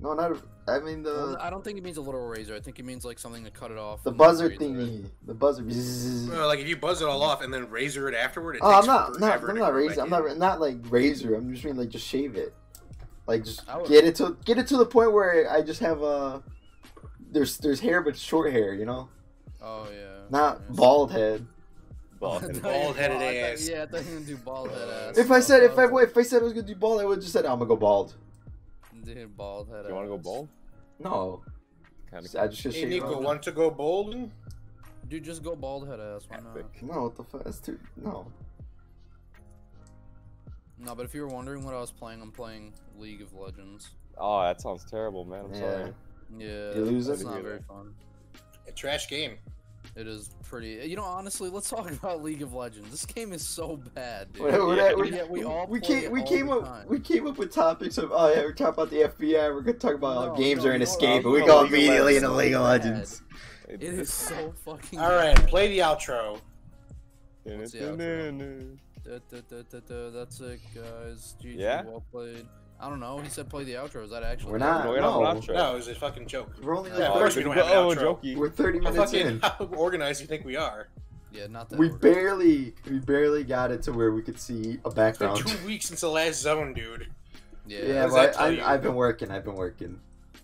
C: No, not. a- I mean
D: Well,
C: the
D: I don't think it means a literal razor. I think it means like something to cut it off.
C: the
D: and then
C: buzzer
D: razor it.
C: thingy. The buzzer. Bzzz.
B: Uh, like if you buzz it all off and then razor it afterward, it
C: Oh, I'm
B: takes
C: not. Not.
B: forever
C: I'm
B: to
C: not
B: grow back
C: razor. I'm
B: in.
C: not. Not like razor. I'm just mean like just shave it. Like just
D: I would-
C: get it to get it to the point where I just have uh There's there's hair but short hair. You know,
D: Oh yeah.
C: not
D: yeah.
C: bald head.
A: Ball.
D: I thought you-
B: Bald-headed
D: oh, I thought-
B: ass.
D: Yeah, I thought you were gonna do bald head ass.
C: If I said if I
D: was
C: if I said I was gonna do bald, I would just said I'm gonna go bald.
D: like, dude, bald head.
A: you want to go
D: ass.
A: bald?
C: No,
A: Kind of.
C: I just just
B: Hey
C: shave it.
B: Nico,
C: off.
B: want to go bowling?
D: Dude, just go bald head ass. Why not?
A: Epic.
C: No, what the fuck? That's too. No.
D: No, but if you were wondering what I was playing, I'm playing League of Legends.
A: Oh, that sounds terrible, man. I'm
C: Yeah.
A: sorry.
D: Yeah,
C: You lose
D: that's
C: it?
D: not very fun.
B: A trash game.
D: It is pretty. You know, honestly, let's talk about League of Legends. This game is so bad, dude.
C: We're- we're-
A: Yeah,
C: we're-
D: yeah, we all
C: we
D: play
C: came
D: it
C: we
D: all
C: came
D: the
C: up
D: time.
C: we came up with topics of oh yeah we're talking about the FBI we're gonna talk about how
D: No,
C: games
D: no,
C: are an
D: no,
C: escape but
A: no,
C: we
A: no,
C: go
A: League of
C: immediately
A: Legends
C: into
A: is
C: League of
D: bad.
C: Legends.
D: It is so
C: Mm.
D: fucking.
B: All right, play the outro.
D: Let's see how it Da, da, da, da, da, That's it, guys. GG,
A: Yeah?
D: well played. I don't know. He said play the outro. Is that actually?
C: We're not.
A: No,
C: No,
A: we don't have an outro.
B: No, it was a fucking joke.
C: We're only
B: Yeah,
C: like
B: of course we don't have an
A: Oh,
B: outro.
A: jokey.
C: we're thirty
B: How
C: minutes
B: fucking
C: in.
B: how organized you think we are?
D: Yeah, not that
C: We
D: order.
C: barely, we barely got it to where we could see a
B: It's been
C: background.
B: two weeks since the last zone, dude.
D: Yeah,
C: Yeah,
B: does
C: but
B: that tell you?
C: I, I've been working. I've been working.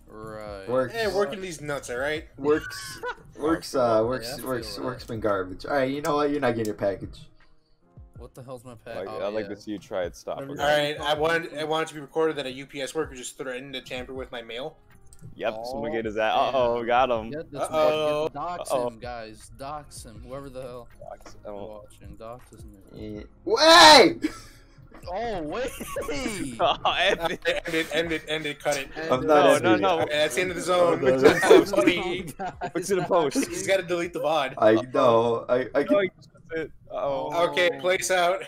D: right.
C: Works.
B: Hey, working these nuts, all right?
C: Works. Works. Uh, works.
D: Yeah, I
C: works.
D: feel
C: Works.
D: that.
C: Been garbage. All right. You know what? You're not getting your package.
D: What the hell's my pack?
A: Like,
D: oh,
A: I'd like
D: yeah.
A: to see you try it stop.
D: Remember-
B: All right, I want I want it to be recorded that a UPS worker just threatened to tamper with my mail.
A: Yep, someone get his ass.
D: Aw,
A: Uh oh, got him.
D: Get this
B: Uh-oh.
D: one. Get, dox
A: Uh-oh.
D: him, guys. Dox him. Whoever the hell is
A: Oh.
D: watching, dox his name.
C: Eh. Hey!
D: Oh wait.
A: Oh,
B: Uh,
A: Anthony.
B: end it, end it, end it, cut it.
D: And,
C: I'm
A: No,
C: not
A: no,
C: no,
A: no.
B: Okay, that's the end of the zone.
C: Oh, no.
B: I'm sorry.
A: Fix it in post.
B: He's got to delete the VOD.
C: I know. I I,
A: No,
C: can,
A: he just did it.
D: Oh.
A: Oh. Uh-oh.
B: Okay, place out.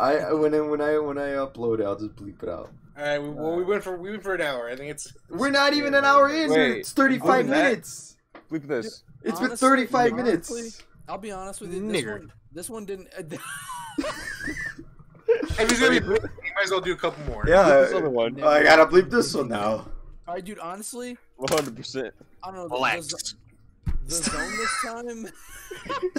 C: I I- when I when I when I upload it, I'll just bleep it out.
B: All right, we, well, we went for we went for an hour. I think it's
C: We're not even an hour in.
A: Wait,
C: it's 35
A: doing that?
C: minutes.
A: Bleep this.
C: It's been
D: Honestly,
C: 35 minutes.
D: honestly, I'll be honest with you. This
B: Nigger.
D: one, this one didn't.
B: if he's gonna be, you might as well do a couple more.
A: Bleep this other
C: Yeah.
A: one.
C: I gotta bleep this one now.
D: All right, dude. Honestly,
A: 100%.
D: I don't know. The,
B: Relax.
D: the, the zone this time,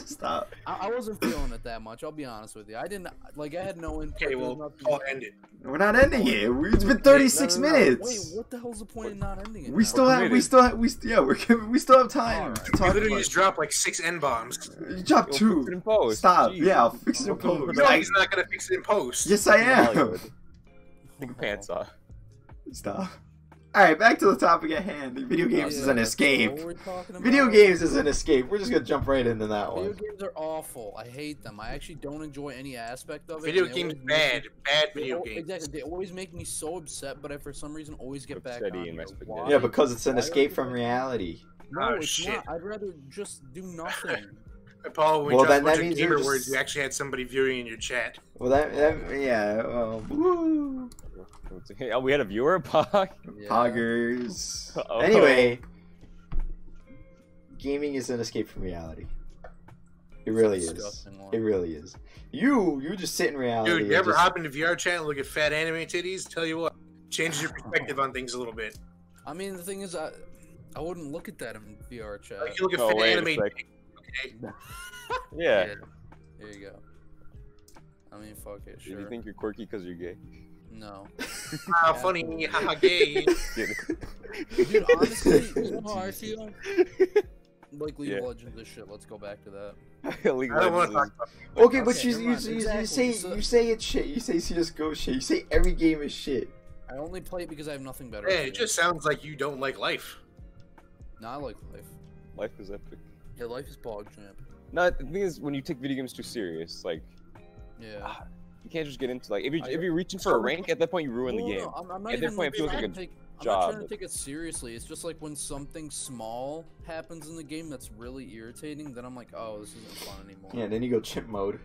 C: Stop.
D: I, I wasn't feeling it that much. I'll be honest with you. I didn't like. I had no input.
B: Okay,
D: There was
B: well,
D: nothing-
B: call it ended.
C: We're not ending it. We- It's been 36
D: No, no, no.
C: minutes.
D: Wait, what the hell's the point of not ending it?
C: We
D: now?
C: still have. We
A: committed.
C: still have. We st- yeah. We're giving- we still have time
D: Alright.
C: to
B: We
C: talk.
B: literally
C: about
B: just dropped like six n bombs.
C: it. You dropped
A: Yo, Fix it
C: two.
A: in post.
C: Stop.
A: Jeez.
C: Yeah, I'll fix it. in
A: Fucking
C: post.
B: No,
C: I-
B: he's not gonna fix it in post.
C: Yes, I am.
A: Hollywood. Take your pants off.
C: Stop. All right, back to the topic at hand. Video games is an
D: Yeah.
C: escape.
D: What were we talking
C: Video
D: about?
C: games is an escape. We're just gonna jump right into that
D: Video
C: one.
D: games are awful. I hate them. I actually don't enjoy any aspect of it.
B: Video
D: and they
B: games
D: always make
B: bad,
D: me-
B: bad
D: they
B: video
D: al-
B: games.
D: Exactly. They always make me so upset, but I for some reason always get back
A: Upsetty
D: on.
A: and
D: it.
A: messed with
D: Why?
A: it.
C: Yeah, because it's an
D: Why do I
C: escape
D: do
C: from
D: that?
C: reality.
D: no,
B: Oh,
D: it's
B: shit.
D: not. I'd rather just do nothing.
B: Paul, when
C: Well,
B: we dropped
C: then
B: a
C: that
B: bunch of
C: means you're
B: gamer
C: just-
B: words, you actually had somebody viewing in your chat.
C: Well, that, that yeah. Well, woo.
A: Hey, oh, we had a viewer, Pog?
D: Yeah.
C: Poggers.
A: Uh-oh.
C: Anyway, gaming is an escape from reality. It really is.
D: disgusting one.
C: It really is. You you just sit in reality.
B: Dude,
C: and
B: you ever
C: Oh, just-
B: hop into VR chat and look at fat anime titties? Tell you what, changes your perspective on things a little bit.
D: I mean, the thing is, I I wouldn't look at that in VR chat.
B: Like you look at
A: Oh,
B: fat
A: wait a
B: anime
A: sec.
B: titties,
A: Yeah.
D: There you go. I mean, fuck it,
A: Do
D: sure.
A: you think you're quirky because you're gay?
D: No.
B: ah, funny, haha, gay.
A: Kidding.
D: Dude, honestly, you know how I feel? Like League
A: Yeah.
D: of Legends, this shit. Let's go back to that.
A: League
B: I don't want to
A: Legends
B: talk
A: is-
B: about
C: Okay, but
D: Okay,
C: you,
D: never
C: you,
D: mind.
C: you, you
D: Exactly,
C: say
D: so-
C: you say it's shit. You say CS:GO shit. You say every game is shit.
D: I only play it because I have nothing better.
B: Hey,
D: to
B: it
D: do.
B: just sounds like you don't like life.
D: No, I like life.
A: Life is epic.
D: Yeah, life is bog champ.
A: No, the thing is, when you take video games too serious, like,
D: Yeah.
A: you can't just get into, like, if, you,
D: I-
A: if you're reaching for a rank, at that point, you ruin the
D: Well, no,
A: game.
D: I'm, I'm not
A: At that
D: even
A: point, it feels
D: trying
A: like
D: to take, I'm
A: job.
D: not trying to take it seriously. It's just like when something small happens in the game that's really irritating, then I'm like, oh, this isn't fun anymore.
C: Yeah, then you go chimp mode.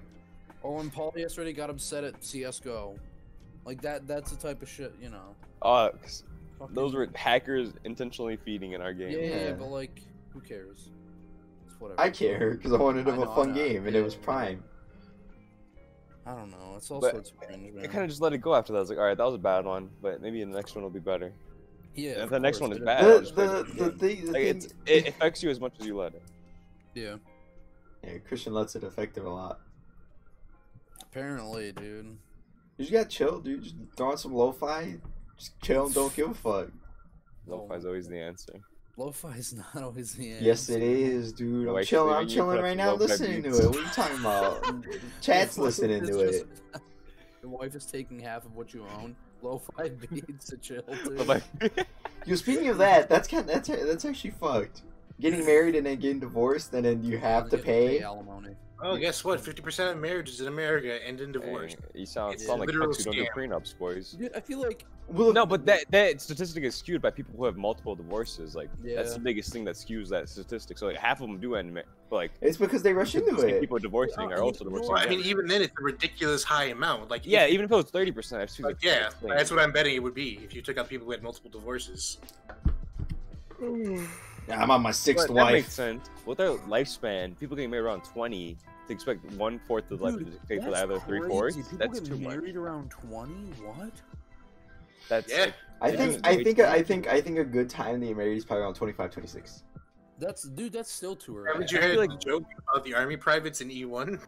D: Or when Paul yesterday got upset at CS:GO, like that. That's the type of shit, you know.
A: Uh, 'cause
D: Fucking-
A: those were hackers intentionally feeding in our
D: Yeah,
A: game.
D: yeah, yeah,
C: Yeah.
D: but like, who cares? It's whatever.
C: I care because I wanted to
D: I
C: have
D: know,
C: a
D: I
C: fun
D: know.
C: game, and it
D: Yeah.
C: was Prime.
D: I don't know. It's all
A: But
D: sorts of cringe, man.
A: I kind of just let it go after that. I was like, all right, that was a bad one, but maybe the next one will be better.
D: yeah.
A: if
D: of
A: the next
D: course,
A: one is
D: it
A: bad, I
C: The
A: just play
C: the, the,
A: game.
C: thing, the
A: Like,
C: thing-
A: it's, it affects you as much as you let it.
D: Yeah.
C: yeah, Christian lets it affect him a lot.
D: Apparently, dude.
C: You just gotta chill, dude. Just throw on some lo-fi, just chill and don't give a fuck.
A: Lo-fi is always the answer.
D: Um, Lo-fi is not always the answer.
C: Yes, it is, dude. I'm
A: Like,
C: chilling.
A: you
C: I'm
A: put
C: chilling
A: up
C: right
A: some
C: now,
A: lo-fi
C: listening to
A: beats.
C: it. What are you talking about? Chat's listening to it.
D: Your wife is taking half of what you own. Lo-fi beats to chill. Dude.
A: Lo-fi-
C: Yo, speaking of that, that's kind. That's that's actually fucked. Getting married and then getting divorced, and then you have
D: Gotta
C: to
D: get
C: pay.
D: alimony.
B: Oh, guess what? 50% of marriages in America end in divorce.
A: Hey, you sound,
B: It's
A: sound
B: a
A: like
B: literal
A: fucks who don't do
B: scam.
A: prenups, boys.
D: Dude, I feel like
C: Well,
A: No, but that that statistic is skewed by people who have multiple divorces. Like that's
D: Yeah.
A: the biggest thing that skews that statistic. So like half of them do end, ma- but like
C: it's because they rush into
A: same
C: it.
A: people divorcing
D: Yeah,
A: are
D: I
A: also
D: mean,
A: divorcing.
D: no,
B: Well, I mean,
A: again.
B: even then, it's a ridiculous high amount. Like,
A: yeah,
B: if-
A: even if it was thirty percent, I've seen
B: like,
A: like,
B: yeah, that's what I'm betting it would be if you took out people who had multiple divorces.
C: Yeah, I'm on my
A: But
C: sixth
A: that makes
C: wife.
A: sense. With their lifespan, people getting married around twenty to expect one fourth of the life
D: Dude,
A: to pay for the
D: that's
A: other three
D: crazy.
A: fourths.
D: People
A: That's
D: get
A: too much.
D: married around twenty. What?
A: That's
B: Yeah.
A: like,
C: I
A: Yeah,
C: think
A: it's
C: I think
A: way too
C: I
A: much.
C: think I think a good time to get married is probably around 25, 26.
D: That's dude. That's still too early.
B: Haven't you
A: I
B: heard
A: feel
B: the
A: like-
B: joke about the army privates in E1?
C: What do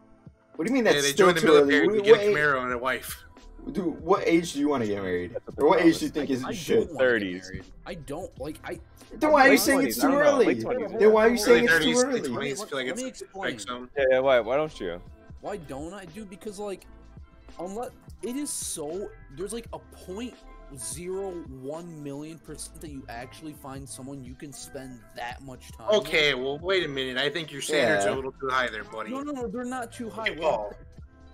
C: you mean
B: Yeah,
C: that's
B: they
C: still
B: join the
C: too early?
B: military
C: What-
B: to
C: what
B: get a
C: age-
B: Camaro and a wife.
C: Dude, what age do you want to get married?
A: That's what
C: Or what
A: they
C: age do
A: promised.
C: you think is
D: I
C: shit?
D: don't wanna get
A: 30s.
D: married. I don't like. I
C: Then why are you
A: Late
C: saying
A: 20s,
C: it's
A: I
C: too
A: don't know, late
C: early?
A: 20s.
C: Then why are you
B: Early
C: saying it's too
B: 30s, late
C: early?
B: 20s feel like
D: Let me
B: it's
D: explain.
B: like some.
A: Yeah, yeah. Why? Why don't you?
D: Why don't I do? Because like, unless it is so there's like a point zero one million percent that you actually find someone you can spend that much time. with.
B: Okay, well, wait a minute. I think your standards
C: Yeah.
B: are a little too high there, buddy.
D: No, no, no, they're not too high.
B: Hey,
D: Well,
B: Paul.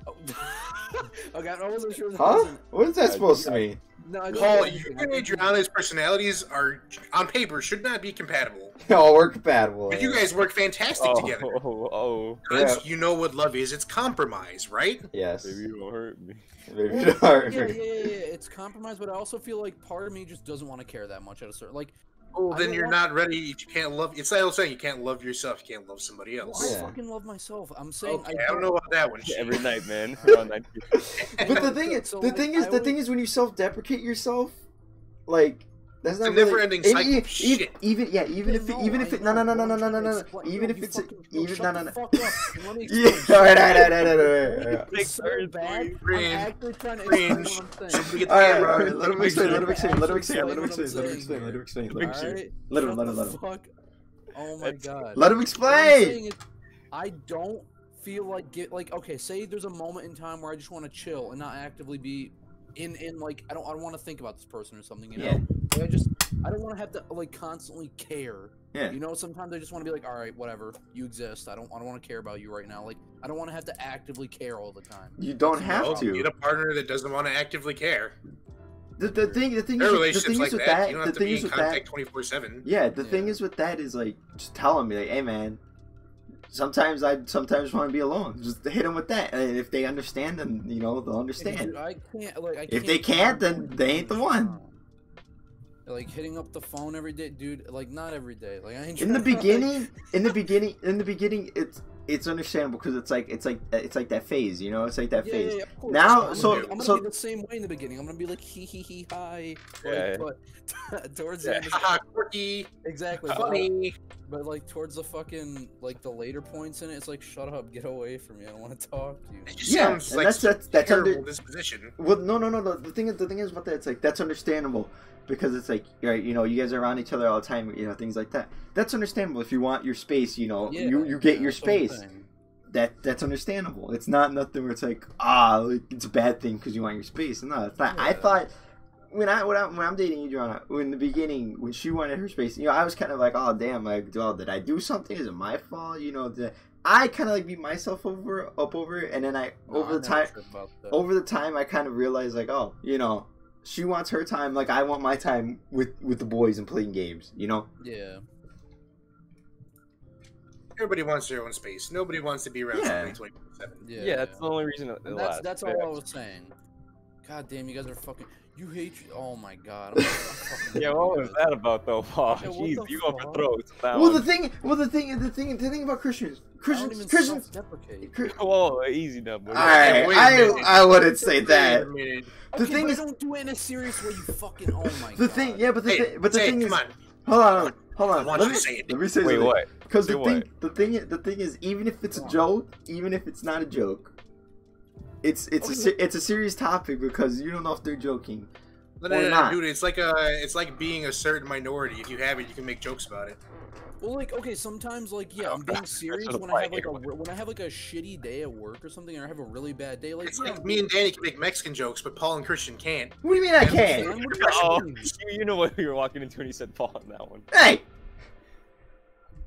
D: oh. okay, I wasn't sure. That
C: Huh?
D: wasn't-
C: What is
A: I-
C: that supposed to
A: I-
C: mean?
D: No, I
B: Paul,
D: didn't-
B: you
D: I
B: and
D: didn't-
B: Adriana's personalities are, on paper, should not be compatible.
C: Y'all work compatible.
B: But you
C: eh?
B: guys work fantastic
A: Oh,
B: together.
A: oh, oh.
B: Guys, You know what love is. It's compromise, right?
C: Yes.
A: Baby, you don't hurt me.
C: Maybe you are.
D: yeah, yeah, yeah, yeah. It's compromised, but I also feel like part of me just doesn't want to care that much at a certain like.
C: Oh,
B: Well,
D: I
B: then
D: don't
B: you're
D: want-
B: not ready. If you can't love, it's that old saying: you can't love yourself, you can't love somebody
D: well,
B: else.
D: I
C: Yeah.
D: fucking love myself. I'm saying
B: Okay, I don't know about that one.
A: Every night, man. Around 9
C: But the thing is,
D: So,
C: the
D: like,
C: thing is,
D: I
C: the thing
D: always-
C: is, when you self-deprecate yourself, like that's
B: It's
C: not
B: a
C: really-
B: never-ending
C: and
B: cycle
C: e-
B: of
C: e-
B: shit.
C: Even yeah, even
D: Yeah,
C: if it,
D: no,
C: even
D: I
C: if it, no, no,
D: know,
C: no, no,
D: but
C: no,
D: I'm
C: no, no,
D: trying to
C: no,
D: explain-
C: even
D: no,
C: if
D: you
C: it's a-
D: fucking- no,
C: even no,
D: shut the
C: no, no.
D: fuck up, and let me
C: Yeah,
D: explain.
C: all right, all right, all right, all right, all right, all right.
D: It's so
A: Cringe.
D: bad. I'm
B: Cringe.
D: actually trying to explain what I'm saying.
C: All right, all right, let him explain, let him explain, let him explain, let him
D: Actually,
C: explain, let him
D: I'm
C: explain, let him explain, let him
A: Picture.
C: explain.
D: Alright,
C: Let him,
D: shut
C: let him,
D: the
C: let him.
D: fuck- Oh my
A: That's-
D: god.
C: Let him
D: What I'm
C: explain.
D: saying is, I don't feel like get like okay. Say there's a moment in time where I just want to chill and not actively be in in like I don't I don't want to think about this person or something. You know,
C: Yeah.
D: like, I just I don't want to have to like constantly care.
C: Yeah.
D: You know, sometimes I just want to be like, all right, whatever, you exist. I don't I don't want to care about you right now. Like I don't want to have to actively care all the time.
C: You don't have
B: Get
C: to.
B: a partner that doesn't want to actively care.
C: The, the thing, the thing
B: Their
C: is, with- the
B: relationships
C: thing
B: like
C: is with
B: that,
C: that,
B: you don't
C: the
B: have to
C: thing
B: be
C: is
B: in
C: with that,
B: contact twenty four seven.
C: Yeah, the thing
D: Yeah.
C: is with that is like just tell him like, hey man, sometimes I sometimes want to be alone. Just hit them with that, and if they understand, then you know they'll understand.
D: Dude, I can't like I
C: If they can't, then they ain't the one.
D: Like hitting up the phone every day, dude. Like not every day. Like I ain't
C: In the
D: trying to, like-
C: beginning, in the beginning, in the beginning, it's it's understandable because it's like it's like it's like that phase, you know, it's like that
D: Yeah,
C: phase.
D: yeah, yeah, of course.
C: Now-
D: I'm gonna
B: so-
D: be- I'm gonna
C: so-
D: be the same way in the beginning. I'm gonna be like hee hee hee hi, like,
A: Yeah.
D: but towards
A: Yeah.
D: the end, it's-
B: Haha, quirky,
D: exactly. But, like,
B: funny.
D: but, like towards the fucking like the later points in it, it's like shut up, get away from me. I don't want to talk to you.
B: It just
C: Yeah,
B: sounds
C: and
B: like
C: that's that's that's
B: terrible
C: under,
B: disposition.
C: Well, no, no, no. The, the thing is, the thing is about that. It's like that's understandable because it's like right, you know, you guys are around each other all the time, you know, things like that. That's understandable if you want your space. You know,
D: Yeah,
C: you you get your
D: that's what I'm
C: space.
D: saying.
C: That that's understandable. It's not nothing where it's like ah, like, it's a bad thing because you want your space. No, it's not. I
D: Yeah.
C: thought. When I when I when I'm dating Adriana, in the beginning when she wanted her space, you know, I was kind of like, oh damn, like, well, did I do something? Is it my fault? You know, did I kind of like beat myself over up over it, and then I
D: Oh, No,
C: over
D: I
C: the
D: never
C: time
D: trip about that.
C: over the time I kind of realized like oh you know she wants her time like I want my time with with the boys and playing games you know
D: Yeah,
B: Everybody wants their own space. Nobody wants to be around
C: Yeah.
B: somebody twenty four seven.
D: yeah.
A: yeah, that's the only reason. It, it
D: And
A: lasts.
D: that's that's
A: Yeah.
D: all I was saying. God damn, you guys are fucking. You hate. You, oh my god. I'm, I'm fucking
A: Yeah,
D: hating
A: what
D: you
A: was
D: guys.
A: that about though, Paul?
D: Yeah, what
A: Jeez,
D: the
A: you go for
D: fuck?
A: throats. That
C: well
A: one.
C: the thing well the thing the thing the thing about Christians
D: I don't
C: Christians
D: even
C: Christians
D: self-deprecate.
C: Chri-
A: Whoa, easy now, boy.
C: all right
B: wait a minute.
C: I I wouldn't say
B: Wait
C: that
B: a minute.
C: The
D: Okay,
C: thing
D: but
C: is-
D: I don't do it in a serious way. You fucking. Oh my god.
C: the thing yeah but the
B: Hey,
C: thing but the
B: say it,
C: thing is
B: come on.
C: hold on hold
B: I
C: on
B: want
C: let
B: you
C: me
B: to say it.
C: let me say
A: Wait, what?
C: because
A: Say
C: the
A: what?
C: thing the thing i- the thing is even if it's a
D: Come on.
C: joke even if it's not a joke it's it's a
D: Okay.
C: se- it's a serious topic because you don't know if they're joking
B: No, no,
C: Or
B: no, no,
C: not.
B: dude, it's like a, it's like being a certain minority. If you have it, you can make jokes about it.
D: Well, like okay, sometimes like yeah, I'm being serious
A: the
D: when I have
A: point
D: like a
A: here.
D: when I have like a shitty day at work or something, or I have a really bad day. Like
B: It's
D: yeah,
B: like me and Danny can make Mexican jokes, but Paul and Christian can't.
C: what do you mean I
B: Yeah, but
C: can't
D: man, what do you
A: Oh,
D: mean?
A: you know what we were walking into when you said Paul on that one.
C: hey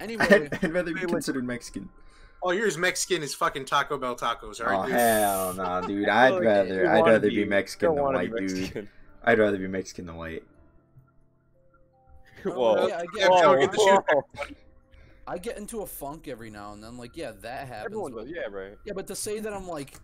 D: Anyway,
C: I'd, I'd rather
A: Wait,
C: be
A: wait.
C: considered Mexican.
B: All Oh, yours Mexican is fucking Taco Bell tacos,
C: Oh
B: alright? dude?
C: hell no, dude! I'd
A: Like, you
C: rather I'd
A: wanna
C: rather be Mexican
A: don't
C: than
A: wanna
C: white,
A: be
C: dude.
A: Mexican.
C: I'd rather be Mexican than white.
A: Whoa.
D: um, yeah, I
B: Yeah,
D: get,
B: but
A: Whoa,
B: don't get the shoe
A: whoa.
D: I get into a funk every now and then. Like yeah, that happens.
A: Everyone
D: but-
A: does, yeah, right.
D: Yeah, but to say that I'm like,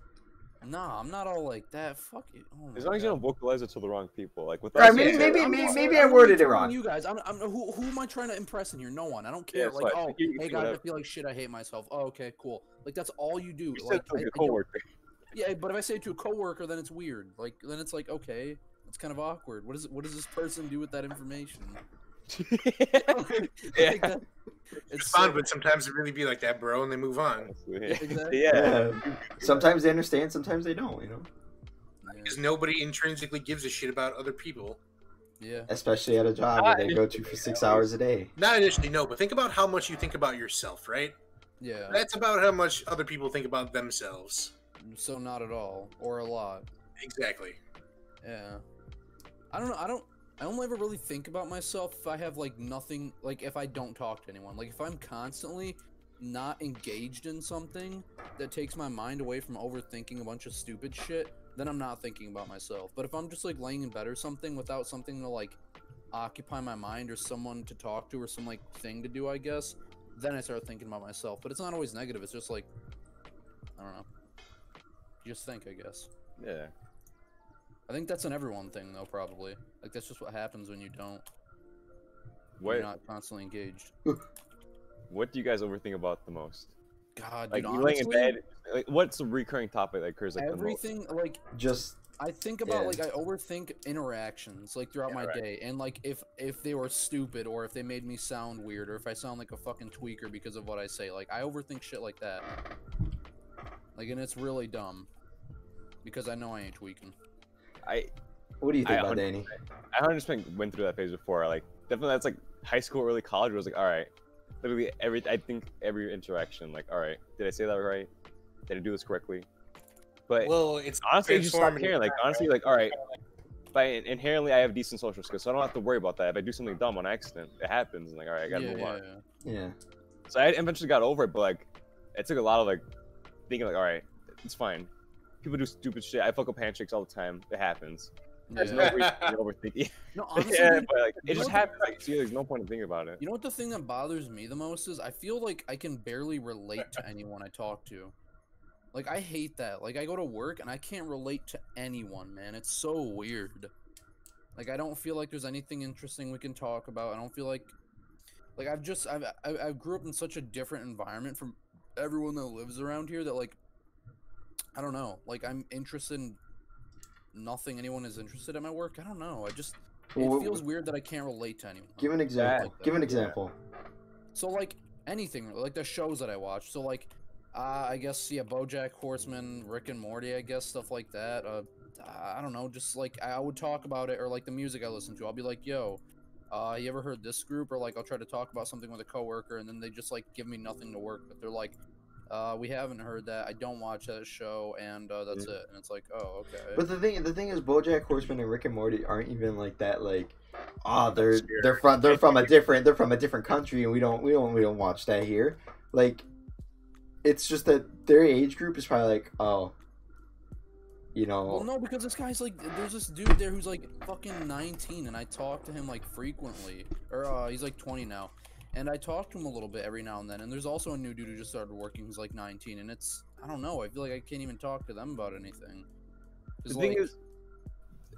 D: nah, I'm not all like that. Fuck it. Oh my
A: As long as you
D: God.
A: don't vocalize it to the wrong people, like with
C: Right,
A: us,
C: maybe-
A: yeah,
C: maybe-
A: I'm
C: maybe-
A: not-
C: maybe-
D: I'm
C: I
D: not
C: worded it
D: even
C: wrong.
D: You guys, I'm, I'm, who, who am I trying to impress in here? No one. I don't
A: Yeah,
D: care.
A: it's
D: like,
A: fine.
D: oh,
A: You can
D: hey
A: do
D: guys, I
A: whatever.
D: feel like shit. I hate myself. Oh, okay, cool. Like that's all you do.
A: You said
D: like,
A: to
D: I-
A: your
D: I don't-
A: coworker.
D: yeah, but if I say it to a coworker, then it's weird. Like then it's like okay, it's kind of awkward. What is what does this person do with that information?
A: yeah.
D: Like that- It's
B: It's fun,
D: so-
B: but sometimes it really be like that, bro, and they move on.
D: Exactly.
A: yeah.
C: Sometimes they understand, sometimes they don't. You know,
D: yeah,
B: Because nobody intrinsically gives a shit about other people.
D: yeah.
C: especially at a job where they go to for six hours a day.
B: Not initially, no, but think about how much you think about yourself, right?
D: Yeah.
B: That's about how much other people think about themselves.
D: So not at all, or a lot.
B: Exactly.
D: Yeah. I don't know. I don't. I don't ever really think about myself if I have like nothing. Like if I don't talk to anyone. Like if I'm constantly not engaged in something that takes my mind away from overthinking a bunch of stupid shit, then I'm not thinking about myself. But if I'm just like laying in bed or something without something to like occupy my mind or someone to talk to or some like thing to do, I guess, then I start thinking about myself. But it's not always negative. It's just like I don't know. You just think, I guess.
A: Yeah.
D: I think that's an everyone thing, though. Probably like that's just what happens when you don't.
A: What
D: You're not constantly engaged.
A: What do you guys overthink about the most?
D: God,
A: Like
D: dude,
A: you
D: honestly,
A: laying in bed. Like, what's a recurring topic that occurs like
D: everything like
C: Just
D: I think about
C: Yeah.
D: like I overthink interactions like throughout my day, and like if if they were stupid or if they made me sound weird or if I sound like a fucking tweaker because of what I say. Like I overthink shit like that. Like and it's really dumb because I know I ain't tweaking.
A: the most?
C: what do you think
A: I
C: about
A: under-
C: Danny?
A: I I understand went through that phase before. Like definitely that's like high school, early college. Where I was like, all right, literally every I think every interaction. Like all right, did I say that right? Did I do this correctly? But
B: Well, it's
A: honestly, I just stop
B: transformative,
A: caring. Like honestly, like all right, if I inherently I have decent social skills, so I don't have to worry about that. If I do something dumb on accident, it happens. And like all right, I gotta
D: yeah,
A: move on.
D: yeah, yeah.
C: Yeah,
A: So I eventually got over it, but like, it took a lot of like thinking, like, all right, it's fine. People do stupid shit. I fuck up handshakes all the time. It happens. There's
D: Yeah.
A: no reason to overthink it.
D: No, honestly,
A: yeah,
D: dude,
A: but like,
D: you
A: it just
D: know-
A: happens. Like, see, there's no point in thinking about it.
D: You know what the thing that bothers me the most is? I feel like I can barely relate to anyone I talk to. Like I hate that. Like I go to work and I can't relate to anyone, man. It's so weird. Like I don't feel like there's anything interesting we can talk about. I don't feel like like I've just I've I, I grew up in such a different environment from everyone that lives around here that like I don't know. Like I'm interested in nothing anyone is interested at my work. I don't know. I just
C: Well,
D: it feels weird that I can't relate to anyone.
C: give an example.
D: Like that.
C: Give an example.
D: So like anything, like the shows that I watch. So like, uh, I guess yeah, BoJack Horseman, Rick and Morty. I guess stuff like that. Uh, I don't know. Just like I would talk about it, or like the music I listen to. I'll be like, yo. Uh, you ever heard this group? Or like, I'll try to talk about something with a coworker, and then they just like give me nothing to work. But they're like, uh, we haven't heard that. I don't watch that show, and uh, that's it. And it's like, oh, okay.
C: But the thing, the thing is, BoJack Horseman and Rick and Morty aren't even like that. Like, ah, they're
B: Obscure.
C: they're from they're from a different they're from a different country, and we don't we don't we don't watch that here. Like, it's just that their age group is probably like, oh, you know,
A: Oh.
D: Well, no, because this guy's like, there's this dude there who's like fucking 19, and I talk to him like frequently, or uh, he's like 20 now, and I talk to him a little bit every now and then. And there's also a new dude who just started working who's like 19, and it's I don't know, I feel like I can't even talk to them about anything. 'Cause,
A: The thing
D: like,
A: is,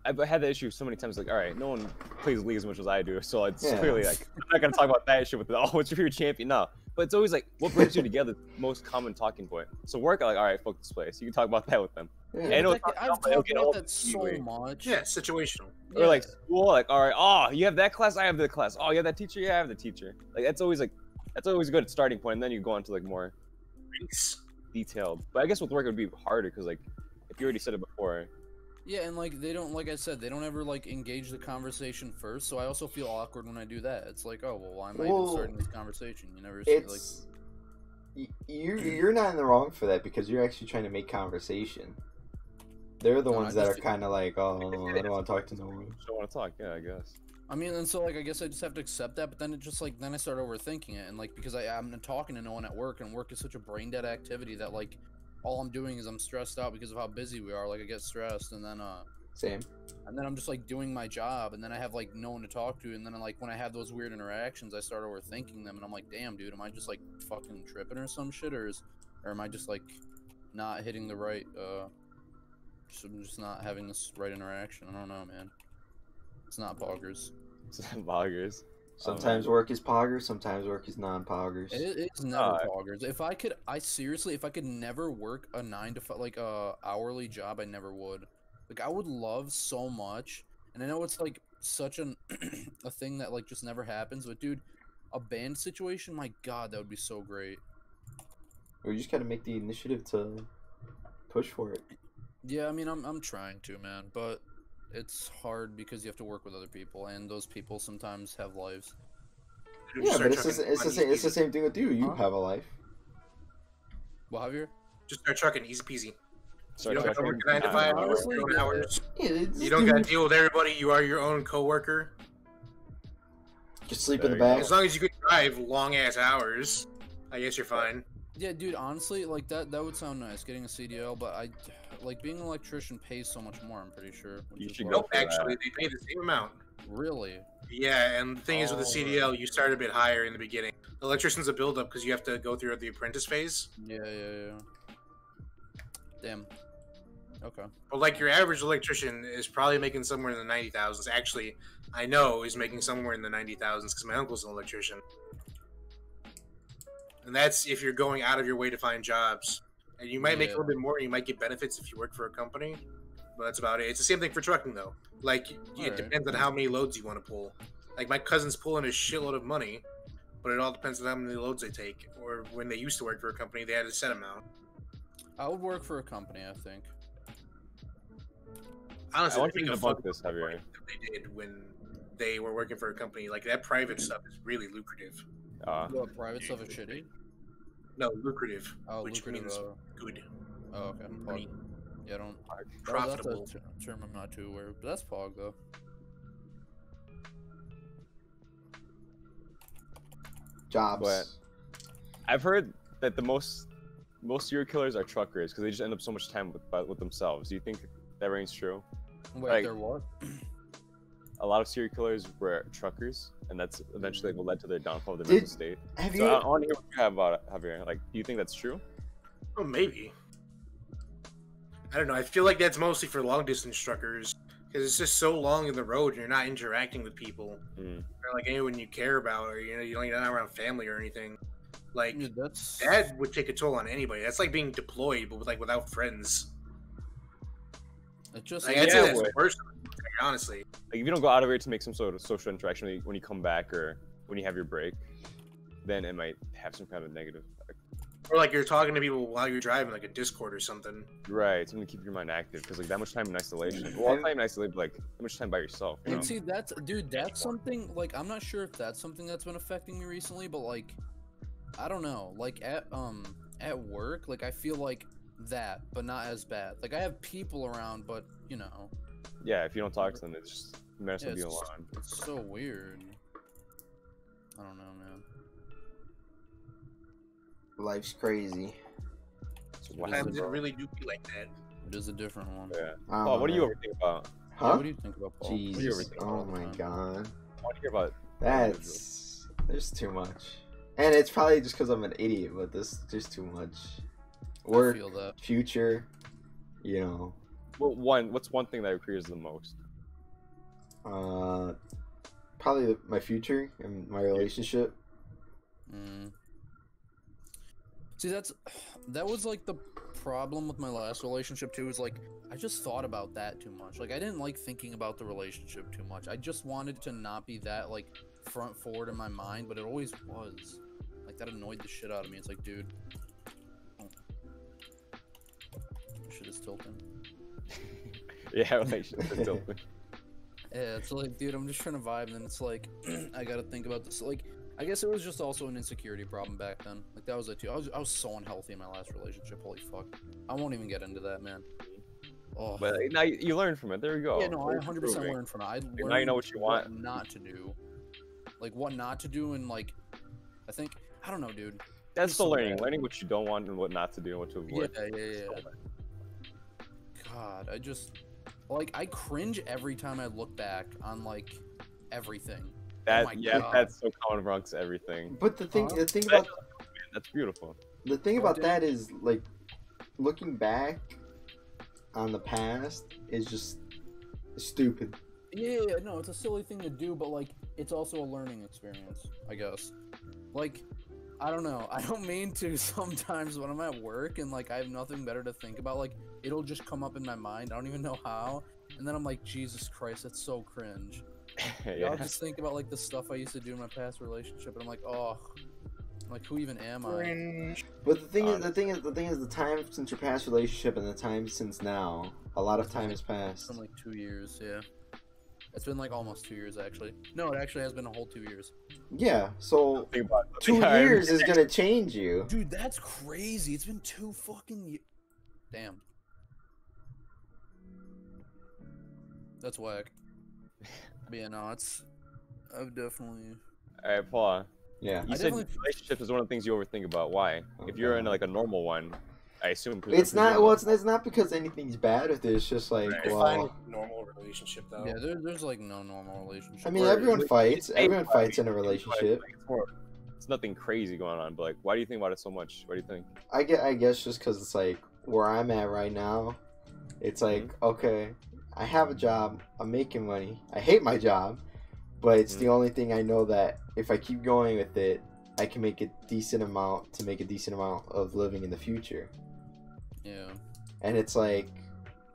A: I've had that issue so many times. Like, all right, no one plays League as much as I do, so it's
C: Yeah.
A: clearly like I'm not gonna talk about that issue with all. What's your favorite champion? No, but it's always like what brings you together. is the Most common talking point. So work, like, all right, fuck this place. You can talk about that with them.
C: yeah.
A: I know
D: like,
A: it's not-
D: I've
A: but it'll
D: talked
A: get
D: about
A: old
D: that so
A: anyway.
D: much.
B: Yeah, situational.
A: Or like
D: Yeah.
A: school, like, all right, oh, you have that class, I have the class. Oh, you have that teacher, yeah, I have the teacher. Like that's always like that's always a good starting point, and then you go on to like more
B: Drinks.
A: detailed. But I guess with work it would be harder because like if you already said it before,
D: Yeah, and like they don't, like I said, they don't ever like engage the conversation first. So I also feel awkward when I do that. It's like, oh well, why am I even
C: Well,
D: starting this conversation? You never see like.
C: it's y you you're not in the wrong for that because you're actually trying to make conversation. They're the
D: No, I
C: ones that are
D: just-
C: kind of like, oh,
A: I
C: I
A: just-
C: don't want to talk to no one.
A: you don't want to talk. Yeah, I guess.
D: I mean, and so like I guess I just have to accept that, but then it just like then I start overthinking it, and like because I I'm not talking to no one at work, and work is such a brain dead activity that like all I'm doing is I'm stressed out because of how busy we are. Like I get stressed, and then uh
C: Same.
D: and then I'm just like doing my job, and then I have like no one to talk to, and then like when I have those weird interactions, I start overthinking them, and I'm like, damn, dude, am I just like fucking tripping or some shit, or is or am I just like not hitting the right uh, just, I'm just not having this right interaction? I don't know, man. It's not boggers.
A: Bloggers.
C: Sometimes work is poggers, sometimes work is non-poggers.
D: It, it's never
A: Uh,
D: poggers. If I could, I seriously, if I could never work a nine to five, like a hourly job, I never would. Like I would love so much And I know it's like such an a thing that like just never happens, but dude, a band situation, my god, that would be so great.
C: Or you just gotta make the initiative to push for it.
D: Yeah, I mean, I'm I'm trying to, man, but it's hard because you have to work with other people, and those people sometimes have lives.
B: Dude,
C: yeah,
B: start
C: but it's the,
B: chucking
C: sa- it's, the
B: money
C: same, it's the
B: easy.
C: same thing with you. You
D: Huh?
C: have a life.
D: Well, Javier,
B: Just start chucking, easy peasy.
A: So
B: you don't have to
A: checking-
B: work a nine to
A: I
B: five.
A: don't know.
B: You work your own
D: Honestly,
B: hours.
C: Yeah, it's-
B: You don't
C: dude,
B: gotta deal with everybody. You are your own coworker.
C: just sleep in the
A: There you
C: back.
B: As long as you can drive long ass hours, I guess you're fine.
D: Yeah, dude, honestly, like that that would sound nice getting a CDL, but I like being an electrician pays so much more, I'm pretty sure. which
A: You
D: is
A: should
D: why-
A: go
B: Nope,
A: for that.
B: actually, they pay the same amount.
D: Really?
B: Yeah, and the thing is with
D: Oh.
B: the CDL, you start a bit higher in the beginning. Electrician's a build up because you have to go through the apprentice phase.
D: Yeah, yeah, yeah. Damn. Okay.
B: But like your average electrician is probably making somewhere in the ninety thousands. Actually, I know is making somewhere in the ninety thousands because my uncle's an electrician. And that's if you're going out of your way to find jobs. And you might make a little bit more. You might get benefits if you work for a company, but that's about it. It's the same thing for trucking though. Like it
D: Alright.
B: depends on how many loads you want to pull. Like my cousin's pulling a shitload of money, but it all depends on how many loads they take. Or when they used to work for a company, they had a set amount.
D: I would work for a company, I think.
A: I
B: Honestly,
A: want
B: they
A: you to
B: make a fuck
A: debunk this, Javier.
B: that they did when they were working for a company. Like that private stuff is really lucrative.
A: Uh,
B: Uh-huh.
D: What, private stuff is shitty?
B: No, lucrative,
D: Oh,
B: which
D: lucrative.
B: means
D: uh,
B: good,
D: oh, okay. Pog.
B: money,
D: Yeah, I don't. that-
B: profitable.
D: That's a ter- term I'm not too aware of, but that's Pog, though.
C: Jobs.
A: But- I've heard that the most most serial killers are truckers because they just end up so much time with by- with themselves. Do you think that rings true?
D: Wait,
A: Like-
D: they're what?
A: A lot of serial killers were truckers, and that's eventually what led to their downfall of their
C: Did-
A: mental state.
C: Have
A: So
C: you?
A: I, I want to hear what you have about it, Javier. Like, do you think that's true?
B: Well, Oh, maybe. I don't know. I feel like that's mostly for long distance truckers because it's just so long in the road and you're not interacting with people
A: Mm.
B: or like anyone you care about or you know you don't you're not around family or anything. Like
D: Dude, that's.
B: that would take a toll on anybody. That's like being deployed but with, like without friends.
D: It just.
B: Like, I'd say
A: Yeah,
B: that's
A: boy.
B: worse. Honestly,
A: Like, if you don't go out of your way to make some sort of social interaction when you, when you come back or when you have your break, then it might have some kind of negative effect.
B: or like you're talking to people while you're driving, like a Discord or something.
A: Right, something to keep your mind active because like that much time in isolation. Well, not time in isolation, but, like that much time by yourself. You know?
D: And see, that's dude, that's something like I'm not sure if that's something that's been affecting me recently, but like I don't know, like at um at work, like I feel like that, but not as bad. Like I have people around, but you know,
A: Yeah, if you don't talk to them, it's just you might as
D: Yeah,
A: well be
D: it's just-
A: alone.
D: it's so weird. I don't know, man.
C: Life's crazy.
A: It's
D: It
A: wild.
D: is a-
B: Sometimes it really do be like that.
D: It is a different one.
A: Yeah.
C: I
A: Paul,
C: don't
A: what do you
C: know.
A: overthink about?
D: Yeah,
C: Huh?
D: what do you think about Paul? What do you
C: Jesus.
D: overthink about
C: Oh
D: all the
C: my
D: time?
C: god.
A: I want to hear about.
C: That's there's too much, and it's probably just because I'm an idiot. But this there's too much
D: I
C: work,
D: feel that.
C: future, you know.
A: Well, one, what's one thing that appears the most?
C: Uh, probably my future and my relationship.
D: Mm. See, that's that was like the problem with my last relationship too. Is like I just thought about that too much. Like I didn't like thinking about the relationship too much. I just wanted to not be that like front forward in my mind, but it always was. Like that annoyed the shit out of me. It's like, dude, oh. This shit is tilting.
A: Yeah, relationship. is still-
D: Yeah, it's like, dude, I'm just trying to vibe, and then it's like, I gotta think about this. Like, I guess it was just also an insecurity problem back then. Like that was it too. I was I was so unhealthy in my last relationship. Holy fuck, I won't even get into that, man. Oh,
A: but like, oh, now you, you learn from it. There we go.
D: yeah, no, I
A: You're
D: 100 percent
A: improving.
D: learned from it. I learned
A: now you know what you want.
D: not to do, like what not to do, and like, I think I don't know, dude.
A: That's still
D: so
A: learning.
D: bad.
A: Learning what you don't want and what not to do and what to
D: Yeah,
A: avoid.
D: yeah, yeah, yeah. God, I just like I cringe every time I look back on like everything.
C: Oh
A: That
D: my
A: yeah,
D: God.
A: that's so common amongst everything.
C: But the thing,
D: Huh?
C: the thing
A: That-
C: about
A: that's beautiful.
C: the thing
D: Oh,
C: about
D: dude.
C: that is like looking back on the past is just stupid.
D: Yeah, yeah, yeah, no, it's a silly thing to do, but like, it's also a learning experience, I guess. Like, I don't know. I don't mean to sometimes when I'm at work and like I have nothing better to think about. Like, it'll just come up in my mind. I don't even know how. and then I'm like, Jesus Christ, that's so cringe.
A: yeah.
D: I'll just think about like the stuff I used to do in my past relationship, and I'm like, oh, like who even am I?
C: But the thing is,
A: Um,
C: the thing is, the thing is, the time since your past relationship and the time since now, a lot of time has
D: It's
C: passed.
D: been like two years, yeah. It's been like almost two years actually. No, it actually has been a whole two years.
C: Yeah, so
A: Think about it.
C: two
A: Yeah,
C: years is gonna change you.
D: Dude, that's crazy. It's been two fucking years. Damn. That's whack. But yeah, no, it's. I've definitely.
A: All right, Paul.
C: Yeah,
A: You
D: I
A: said
D: definitely-
A: relationships is one of the things you overthink about. Why?
C: Oh,
A: If you're in
C: God.
A: like a normal one, I assume
C: it's not.
A: presumably-
C: Well, it's, it's not because anything's bad with it. It's just like,
B: I find
C: well,
B: normal relationship though.
D: Yeah, there, there's like no normal relationship.
C: I mean,
D: where-
C: everyone fights.
A: It's
C: Everyone
A: painful, I
C: fights in a
A: mean, it's painful, I
C: relationship.
A: think. It's, more, it's nothing crazy going on, but like, why do you think about it so much? What do you think?
C: I get. I guess just because it's like where I'm at right now. It's like okay, I have a job. I'm making money. I hate my job, but it's the only thing I know that if I keep going with it, I can make a decent amount to make a decent amount of living in the future.
D: Yeah.
C: and it's like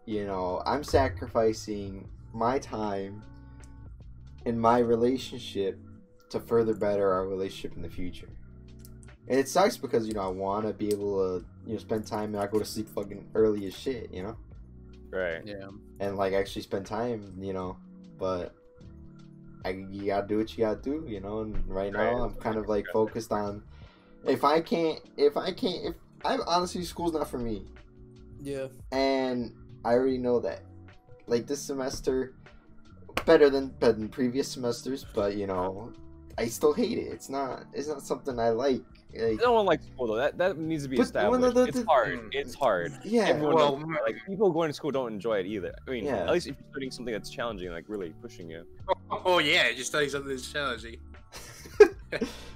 C: you know i'm sacrificing my time in my relationship to further better our relationship in the future and it sucks because you know i want to be able to you know spend time and i go to sleep fucking early as shit you know
A: Right.
D: Yeah.
C: and like actually spend time you know but i you gotta do what you gotta do you know and right
A: Right,
C: now i'm
A: it's
C: kind of like
A: like-
C: focused on if i can't if i can't if i'm honestly school's not for me
D: Yeah.
C: and I already know that. Like this semester, better than than previous semesters, but you know, I still hate it. It's not. It's not something I like. Like,
A: No one likes school though. That that needs to be
C: But one of
A: established.
C: the-
A: it's
C: Mm. the-
A: hard. It's hard.
C: yeah,
A: Everyone
B: Well,
A: knows that. like people going to school don't enjoy it either. I mean,
C: Yeah.
A: at least if you're studying something that's challenging, like really pushing you.
B: Oh yeah, just tell you something that's challenging.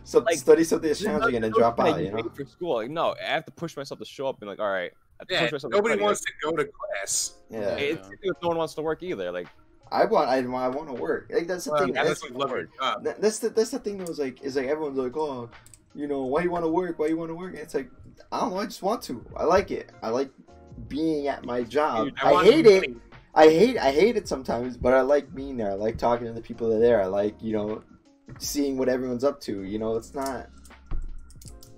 C: so
A: like,
C: study something
A: There's
C: that's challenging and then
A: nothing
C: drop
A: that
C: out. You
A: make
C: know.
A: for school. Like, no, I have to push myself to show up and like, all right, I have to
B: Yeah,
A: push myself. to
B: nobody
A: study,
B: wants to go to class.
C: Yeah,
A: Like, it's, it's- no one wants to work either. Like,
C: I want. I, want- I want to work. Like that's the
B: Um,
C: thing.
A: yeah,
C: That's,
B: that's like love your job.
C: that- that's the that's the thing that was like is like everyone's like oh, you know why you want to work? Why you want to work? And it's like I don't know. I just want to. I like it. I like being at my job.
A: Dude,
C: Um, I,
B: want
C: hate it.
B: money.
C: I hate I hate it sometimes, but I like being there. I like talking to the people that are there. I like you know seeing what everyone's up to. You know, it's not. I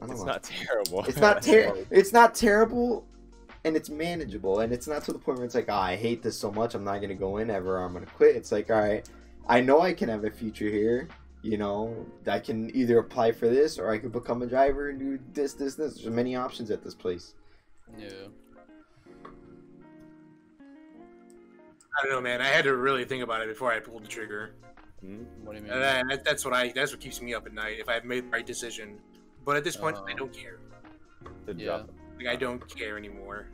C: don't
A: it's
C: know.
A: not terrible.
C: it's not ter- It's not terrible, and it's manageable, and it's not to the point where it's like, oh, I hate this so much. I'm not gonna go in ever. I'm gonna quit. It's like, all right, I know I can have a future here. You know, I can either apply for this or I could become a driver and do this, this, this. There's many options at this place.
D: Yeah.
B: I don't know, man. I had to really think about it before I pulled the trigger,
A: Hmm?
D: What do you mean?
B: and I, that- that's what I that's what keeps me up at night if I've made the right decision. But at this point, I
D: Uh,
B: don't care.
A: To
D: Yeah.
A: drop.
B: Like I don't care anymore.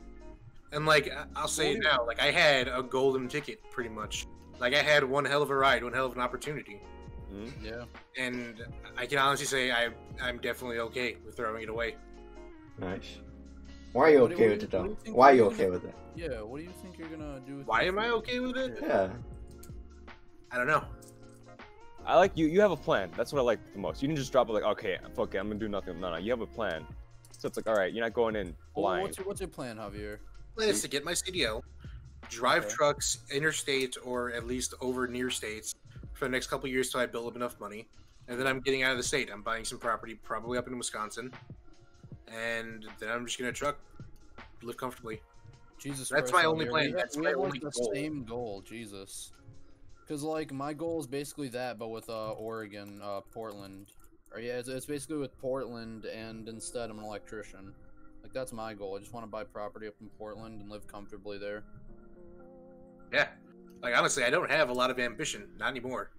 B: And like I- I'll say it
D: Well,
B: now, like I had a golden ticket, pretty much. Like I had one hell of a ride, one hell of an opportunity,
A: Hmm?
D: yeah.
B: and I can honestly say I I'm definitely okay with throwing it away.
C: Nice. Why are you
D: What do-
C: okay
D: what
C: with
D: do
C: it
D: you- what
C: though?
D: do you think
C: Why are
D: you're
C: you
D: gonna-
C: okay with it?
D: Yeah. What do you think you're gonna do? With
B: Why
D: your
B: am I
D: future?
B: okay with it?
C: Yeah.
B: I don't know.
A: I like you. You have a plan. That's what I like the most. You didn't just drop it like, okay, fuck it, I'm gonna do nothing. No, no, you have a plan. So it's like, all right, you're not going in
D: Well,
A: blind.
D: what's, your, what's your plan, Javier?
B: plan is to get my CDL, drive
D: Okay.
B: trucks interstate or at least over near states for the next couple years till I build up enough money, and then I'm getting out of the state. I'm buying some property, probably up in Wisconsin, and then I'm just gonna truck, live comfortably.
D: Jesus.
B: That's
D: Christ,
B: my only
D: Javier,
B: plan.
D: We have,
B: That's
D: we
B: my
D: have, like,
B: only
D: the
B: goal.
D: same goal, Jesus. Because like my goal is basically that, but with uh, Oregon, uh, Portland. Or yeah, it's, it's basically with Portland, and instead I'm an electrician. Like that's my goal. I just want to buy property up in Portland and live comfortably there.
B: Yeah, like honestly, I don't have a lot of ambition, not anymore.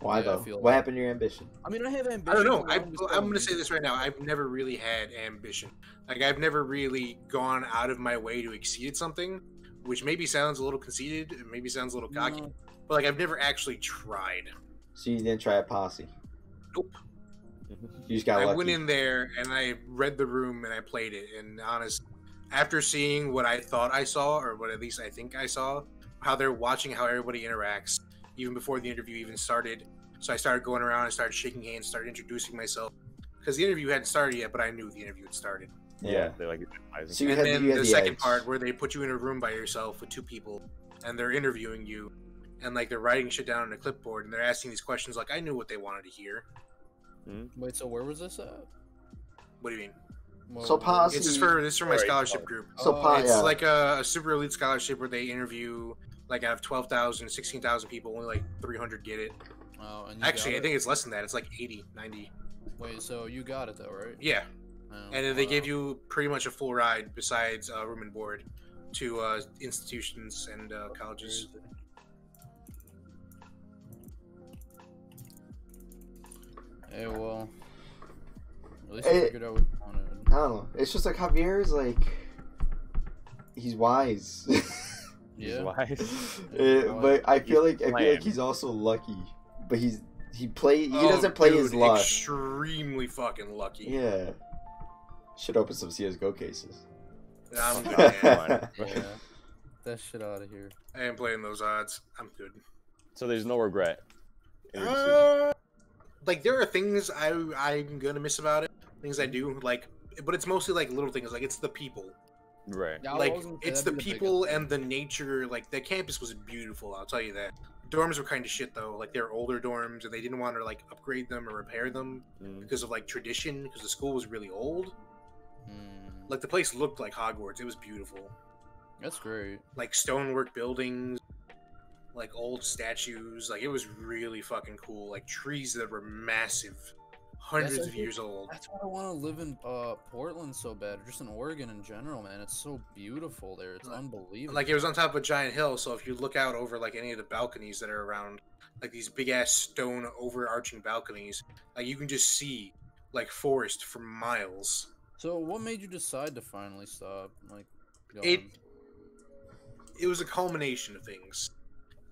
C: Why
D: Yeah, I
C: though?
D: feel
C: What
D: that.
C: happened to your ambition?
D: I mean, I have ambition.
B: I don't know.
D: but
B: I,
D: just
B: I'm
D: going
B: gonna say
D: with-
B: this right now. I've never really had ambition. Like I've never really gone out of my way to exceed something, which maybe sounds a little conceited, it maybe sounds a little cocky,
D: No.
B: but like I've never actually tried.
C: So you didn't try a posse.
B: Nope.
C: You just got
B: I
C: lucky.
B: went in there and I read the room and I played it. And honest, after seeing what I thought I saw, or what at least I think I saw, how they're watching how everybody interacts, even before the interview even started. So I started going around, I started shaking hands, started introducing myself. Because the interview hadn't started yet, but I knew the interview had started.
C: yeah.
A: They like. I think-
C: So you
B: and
C: had,
B: then
C: you had
B: the
C: the
B: second
C: edge.
B: part where they put you in a room by yourself with two people and they're interviewing you and like they're writing shit down on a clipboard and they're asking these questions like I knew what they wanted to hear.
D: Wait, so where was this at?
B: What do you mean?
D: Well,
C: So
D: where-
C: pause.
B: It's just for this is for my
A: Alright,
B: scholarship
A: fine.
B: group.
C: So,
D: Oh,
C: Pa,
B: Uh, It's
C: yeah.
B: like a, a super elite scholarship where they interview like out of 12,000, 16,000 people, only like 300 get it.
D: Oh, and you
B: Actually,
D: got
B: I think it's less than that. It's like 80, 90.
D: It? Wait, so you got it though, right?
B: Yeah.
D: Oh,
B: And then they
D: wow.
B: give you pretty much a full ride besides uh, room and board to uh, institutions and uh, colleges.
D: Hey, well. At least I
C: Hey.
D: figured out what you
C: I
D: wanted.
C: don't know. It's just like Javier is like he's wise.
A: He's
D: Yeah.
A: wise.
C: Eh, but I feel like
A: He's
C: I feel like
A: bland.
C: he's also lucky. But he's he play he
B: Oh,
C: doesn't play his
B: dude,
C: luck.
B: Extremely fucking lucky.
C: Yeah. Should open some CSGO cases.
B: I'm good, man.
A: Come
D: yeah.
A: on.
D: That shit out of here.
B: I ain't playing those odds. I'm good.
A: so there's no regret. in your decision.
B: Uh, like there are things I I'm gonna miss about it. Things I do like, but it's mostly like little things. Like it's the people.
A: right.
D: Yeah, I
B: like
D: was gonna say,
B: it's the
D: that'd be biggest
B: people
D: thing.
B: and the nature. Like the campus was beautiful. I'll tell you that. Dorms were kind of shit though. Like they're older dorms and they didn't want to like upgrade them or repair them
A: Mm.
B: because of like tradition. Because the school was really old.
D: Mm,
B: Like the place looked like Hogwarts. It was beautiful.
D: that's great.
B: Like stonework buildings. Like old statues, like it was really fucking cool. Like trees that were massive, hundreds
D: I
B: of
D: think-
B: years old.
D: That's why I want to live in uh, Portland so bad, or just in Oregon in general, man. It's so beautiful there. It's
B: Like-
D: unbelievable.
B: like it was on top of a giant hill so if you look out over like any of the balconies that are around like these big ass stone overarching balconies like you can just see like forest for miles
D: so, what made you decide to finally stop? Like,
B: It-
D: going?
B: it was a culmination of things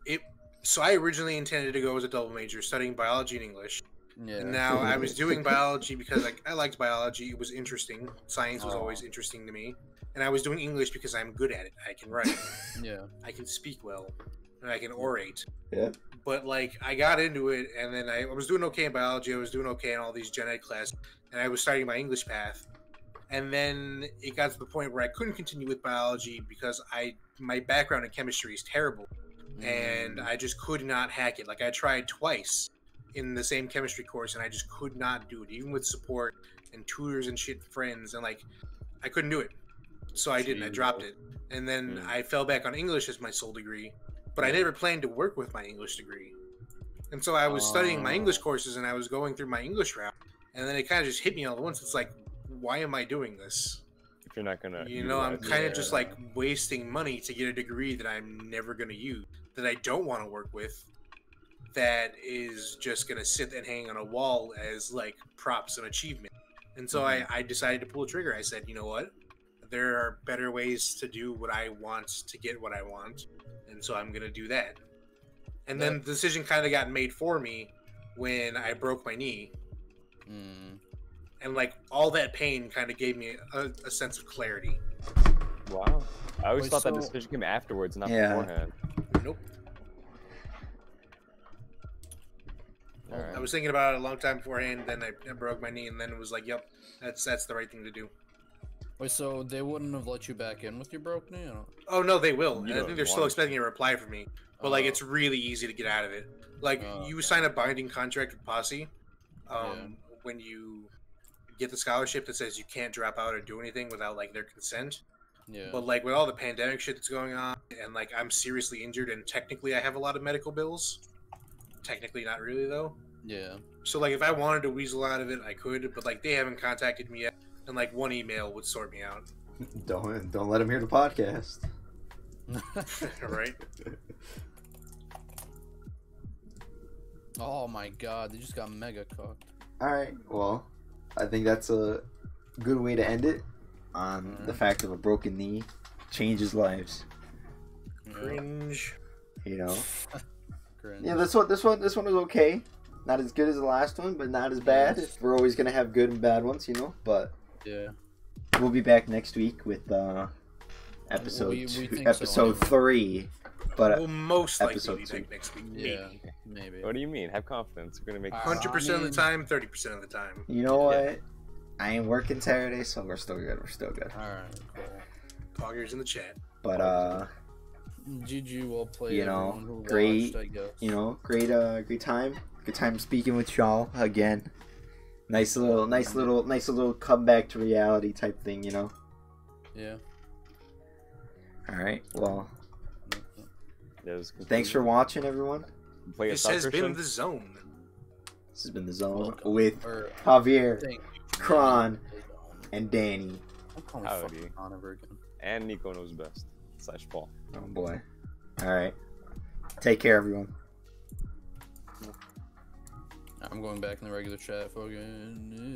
B: it so i originally intended to go as a double major studying biology and english
D: yeah.
B: and now i was doing biology because like i liked biology it was interesting science was
D: Aw.
B: always interesting to me and i was doing english because i'm good at it i can write
D: yeah.
B: I can speak well, and I can orate.
C: Yeah.
B: But like, I got into it, and then I, I was doing okay in biology. I was doing okay in all these gen ed classes, and I was starting my English path. And then it got to the point where I couldn't continue with biology because I my background in chemistry is terrible, and
D: Mm,
B: I just could not hack it. Like I tried twice in the same chemistry course, and I just could not do it, even with support and tutors and shit, friends, and like I couldn't do it. So I didn't. I
D: Jeez.
B: dropped it and then
A: Mm.
B: I fell back on English as my sole degree, but I never planned to work with my English degree. And so I was studying my English
D: Oh.
B: courses and I was going through my English route, and then it kind of just hit me all at once. It's like, why am I doing this?
A: If you're not gonna,
B: You know, I'm
A: utilize it.
B: kind of just
D: yeah.
B: like wasting money to get a degree that I'm never going to use, that I don't want to work with, that is just going to sit and hang on a wall as like props and achievement. And so I, I decided to pull the trigger. I said, you know what? There are better ways to do what I want to get what I want. And so I'm going to do that. And then
D: That-
B: the decision kind of got made for me when I broke my knee.
D: mm,
B: And like all that pain kind of gave me a, a sense of clarity.
A: Wow. I always
D: Wait,
A: thought that
D: so-
A: decision came afterwards, not
E: Yeah.
A: beforehand.
B: Nope.
A: All right.
B: I was thinking about it a long time beforehand. Then I, I broke my knee, and then it was like, "Yep, that's that's the right thing to do."
D: Wait, so they wouldn't have let you back in with your broken knee? I don't-
B: Oh no, they will.
A: You
B: And I
A: don't
B: think they're still
A: want-
B: expecting a reply from me, but like
D: Oh,
B: it's really easy to get out of it. Like
D: Oh,
B: you
D: okay.
B: sign a binding contract with Posse um,
D: Yeah.
B: when you get the scholarship that says you can't drop out or do anything without like their consent.
D: yeah.
B: But like with all the pandemic shit that's going on, and like I'm seriously injured, and technically I have a lot of medical bills. Technically, not really though.
D: yeah.
B: So like if I wanted to weasel out of it, I could, but like they haven't contacted me yet, and like one email would sort me out,
C: Don't don't let him hear the podcast.
B: right?
D: oh my god, they just got mega cooked.
C: Alright, well, I think that's a good way to end it.
E: On
D: Mm-hmm.
E: the fact of a broken knee changes lives.
D: Yeah.
B: Cringe.
E: You know.
D: Mm-hmm. cringe.
C: Yeah, this one this one this one was okay. Not as good as the last one, but not as bad.
D: Yes.
C: We're always gonna have good and bad ones, you know. But
D: yeah.
E: We'll be back next week with uh episode
D: We- we
E: two,
D: think so,
E: episode
D: anyway.
E: three. But uh,
B: We'll most likely
E: episode
B: be
E: two.
B: back next week.
D: Yeah,
B: Maybe.
D: maybe.
A: What do you mean? Have confidence. We're gonna make.
D: Uh,
B: Hundred percent of
D: I
B: the time, thirty percent of the time.
E: you know
A: Yeah.
E: what? I ain't working Saturday, so we're still good. We're still good.
D: All right. Cool.
B: Poggers in the chat.
E: But uh
D: GG, well played.
C: You know,
D: everyone who
C: great,
D: Watched, I guess.
C: you know great uh great time good time speaking with y'all again nice little nice little nice little comeback to reality type thing you know
D: Yeah.
C: all right well
A: Yeah, just
C: thanks for watching everyone
A: playing
B: This has been the zone.
C: this has been the zone
D: Welcome.
C: with
D: Or
C: javier
D: thank
C: Kron and danny
D: I'm calling
A: Howdy.
D: fucking Conover again.
A: and Nico knows best slash Paul.
C: oh boy all right take care everyone
D: I'm going back in the regular chat. Fucking.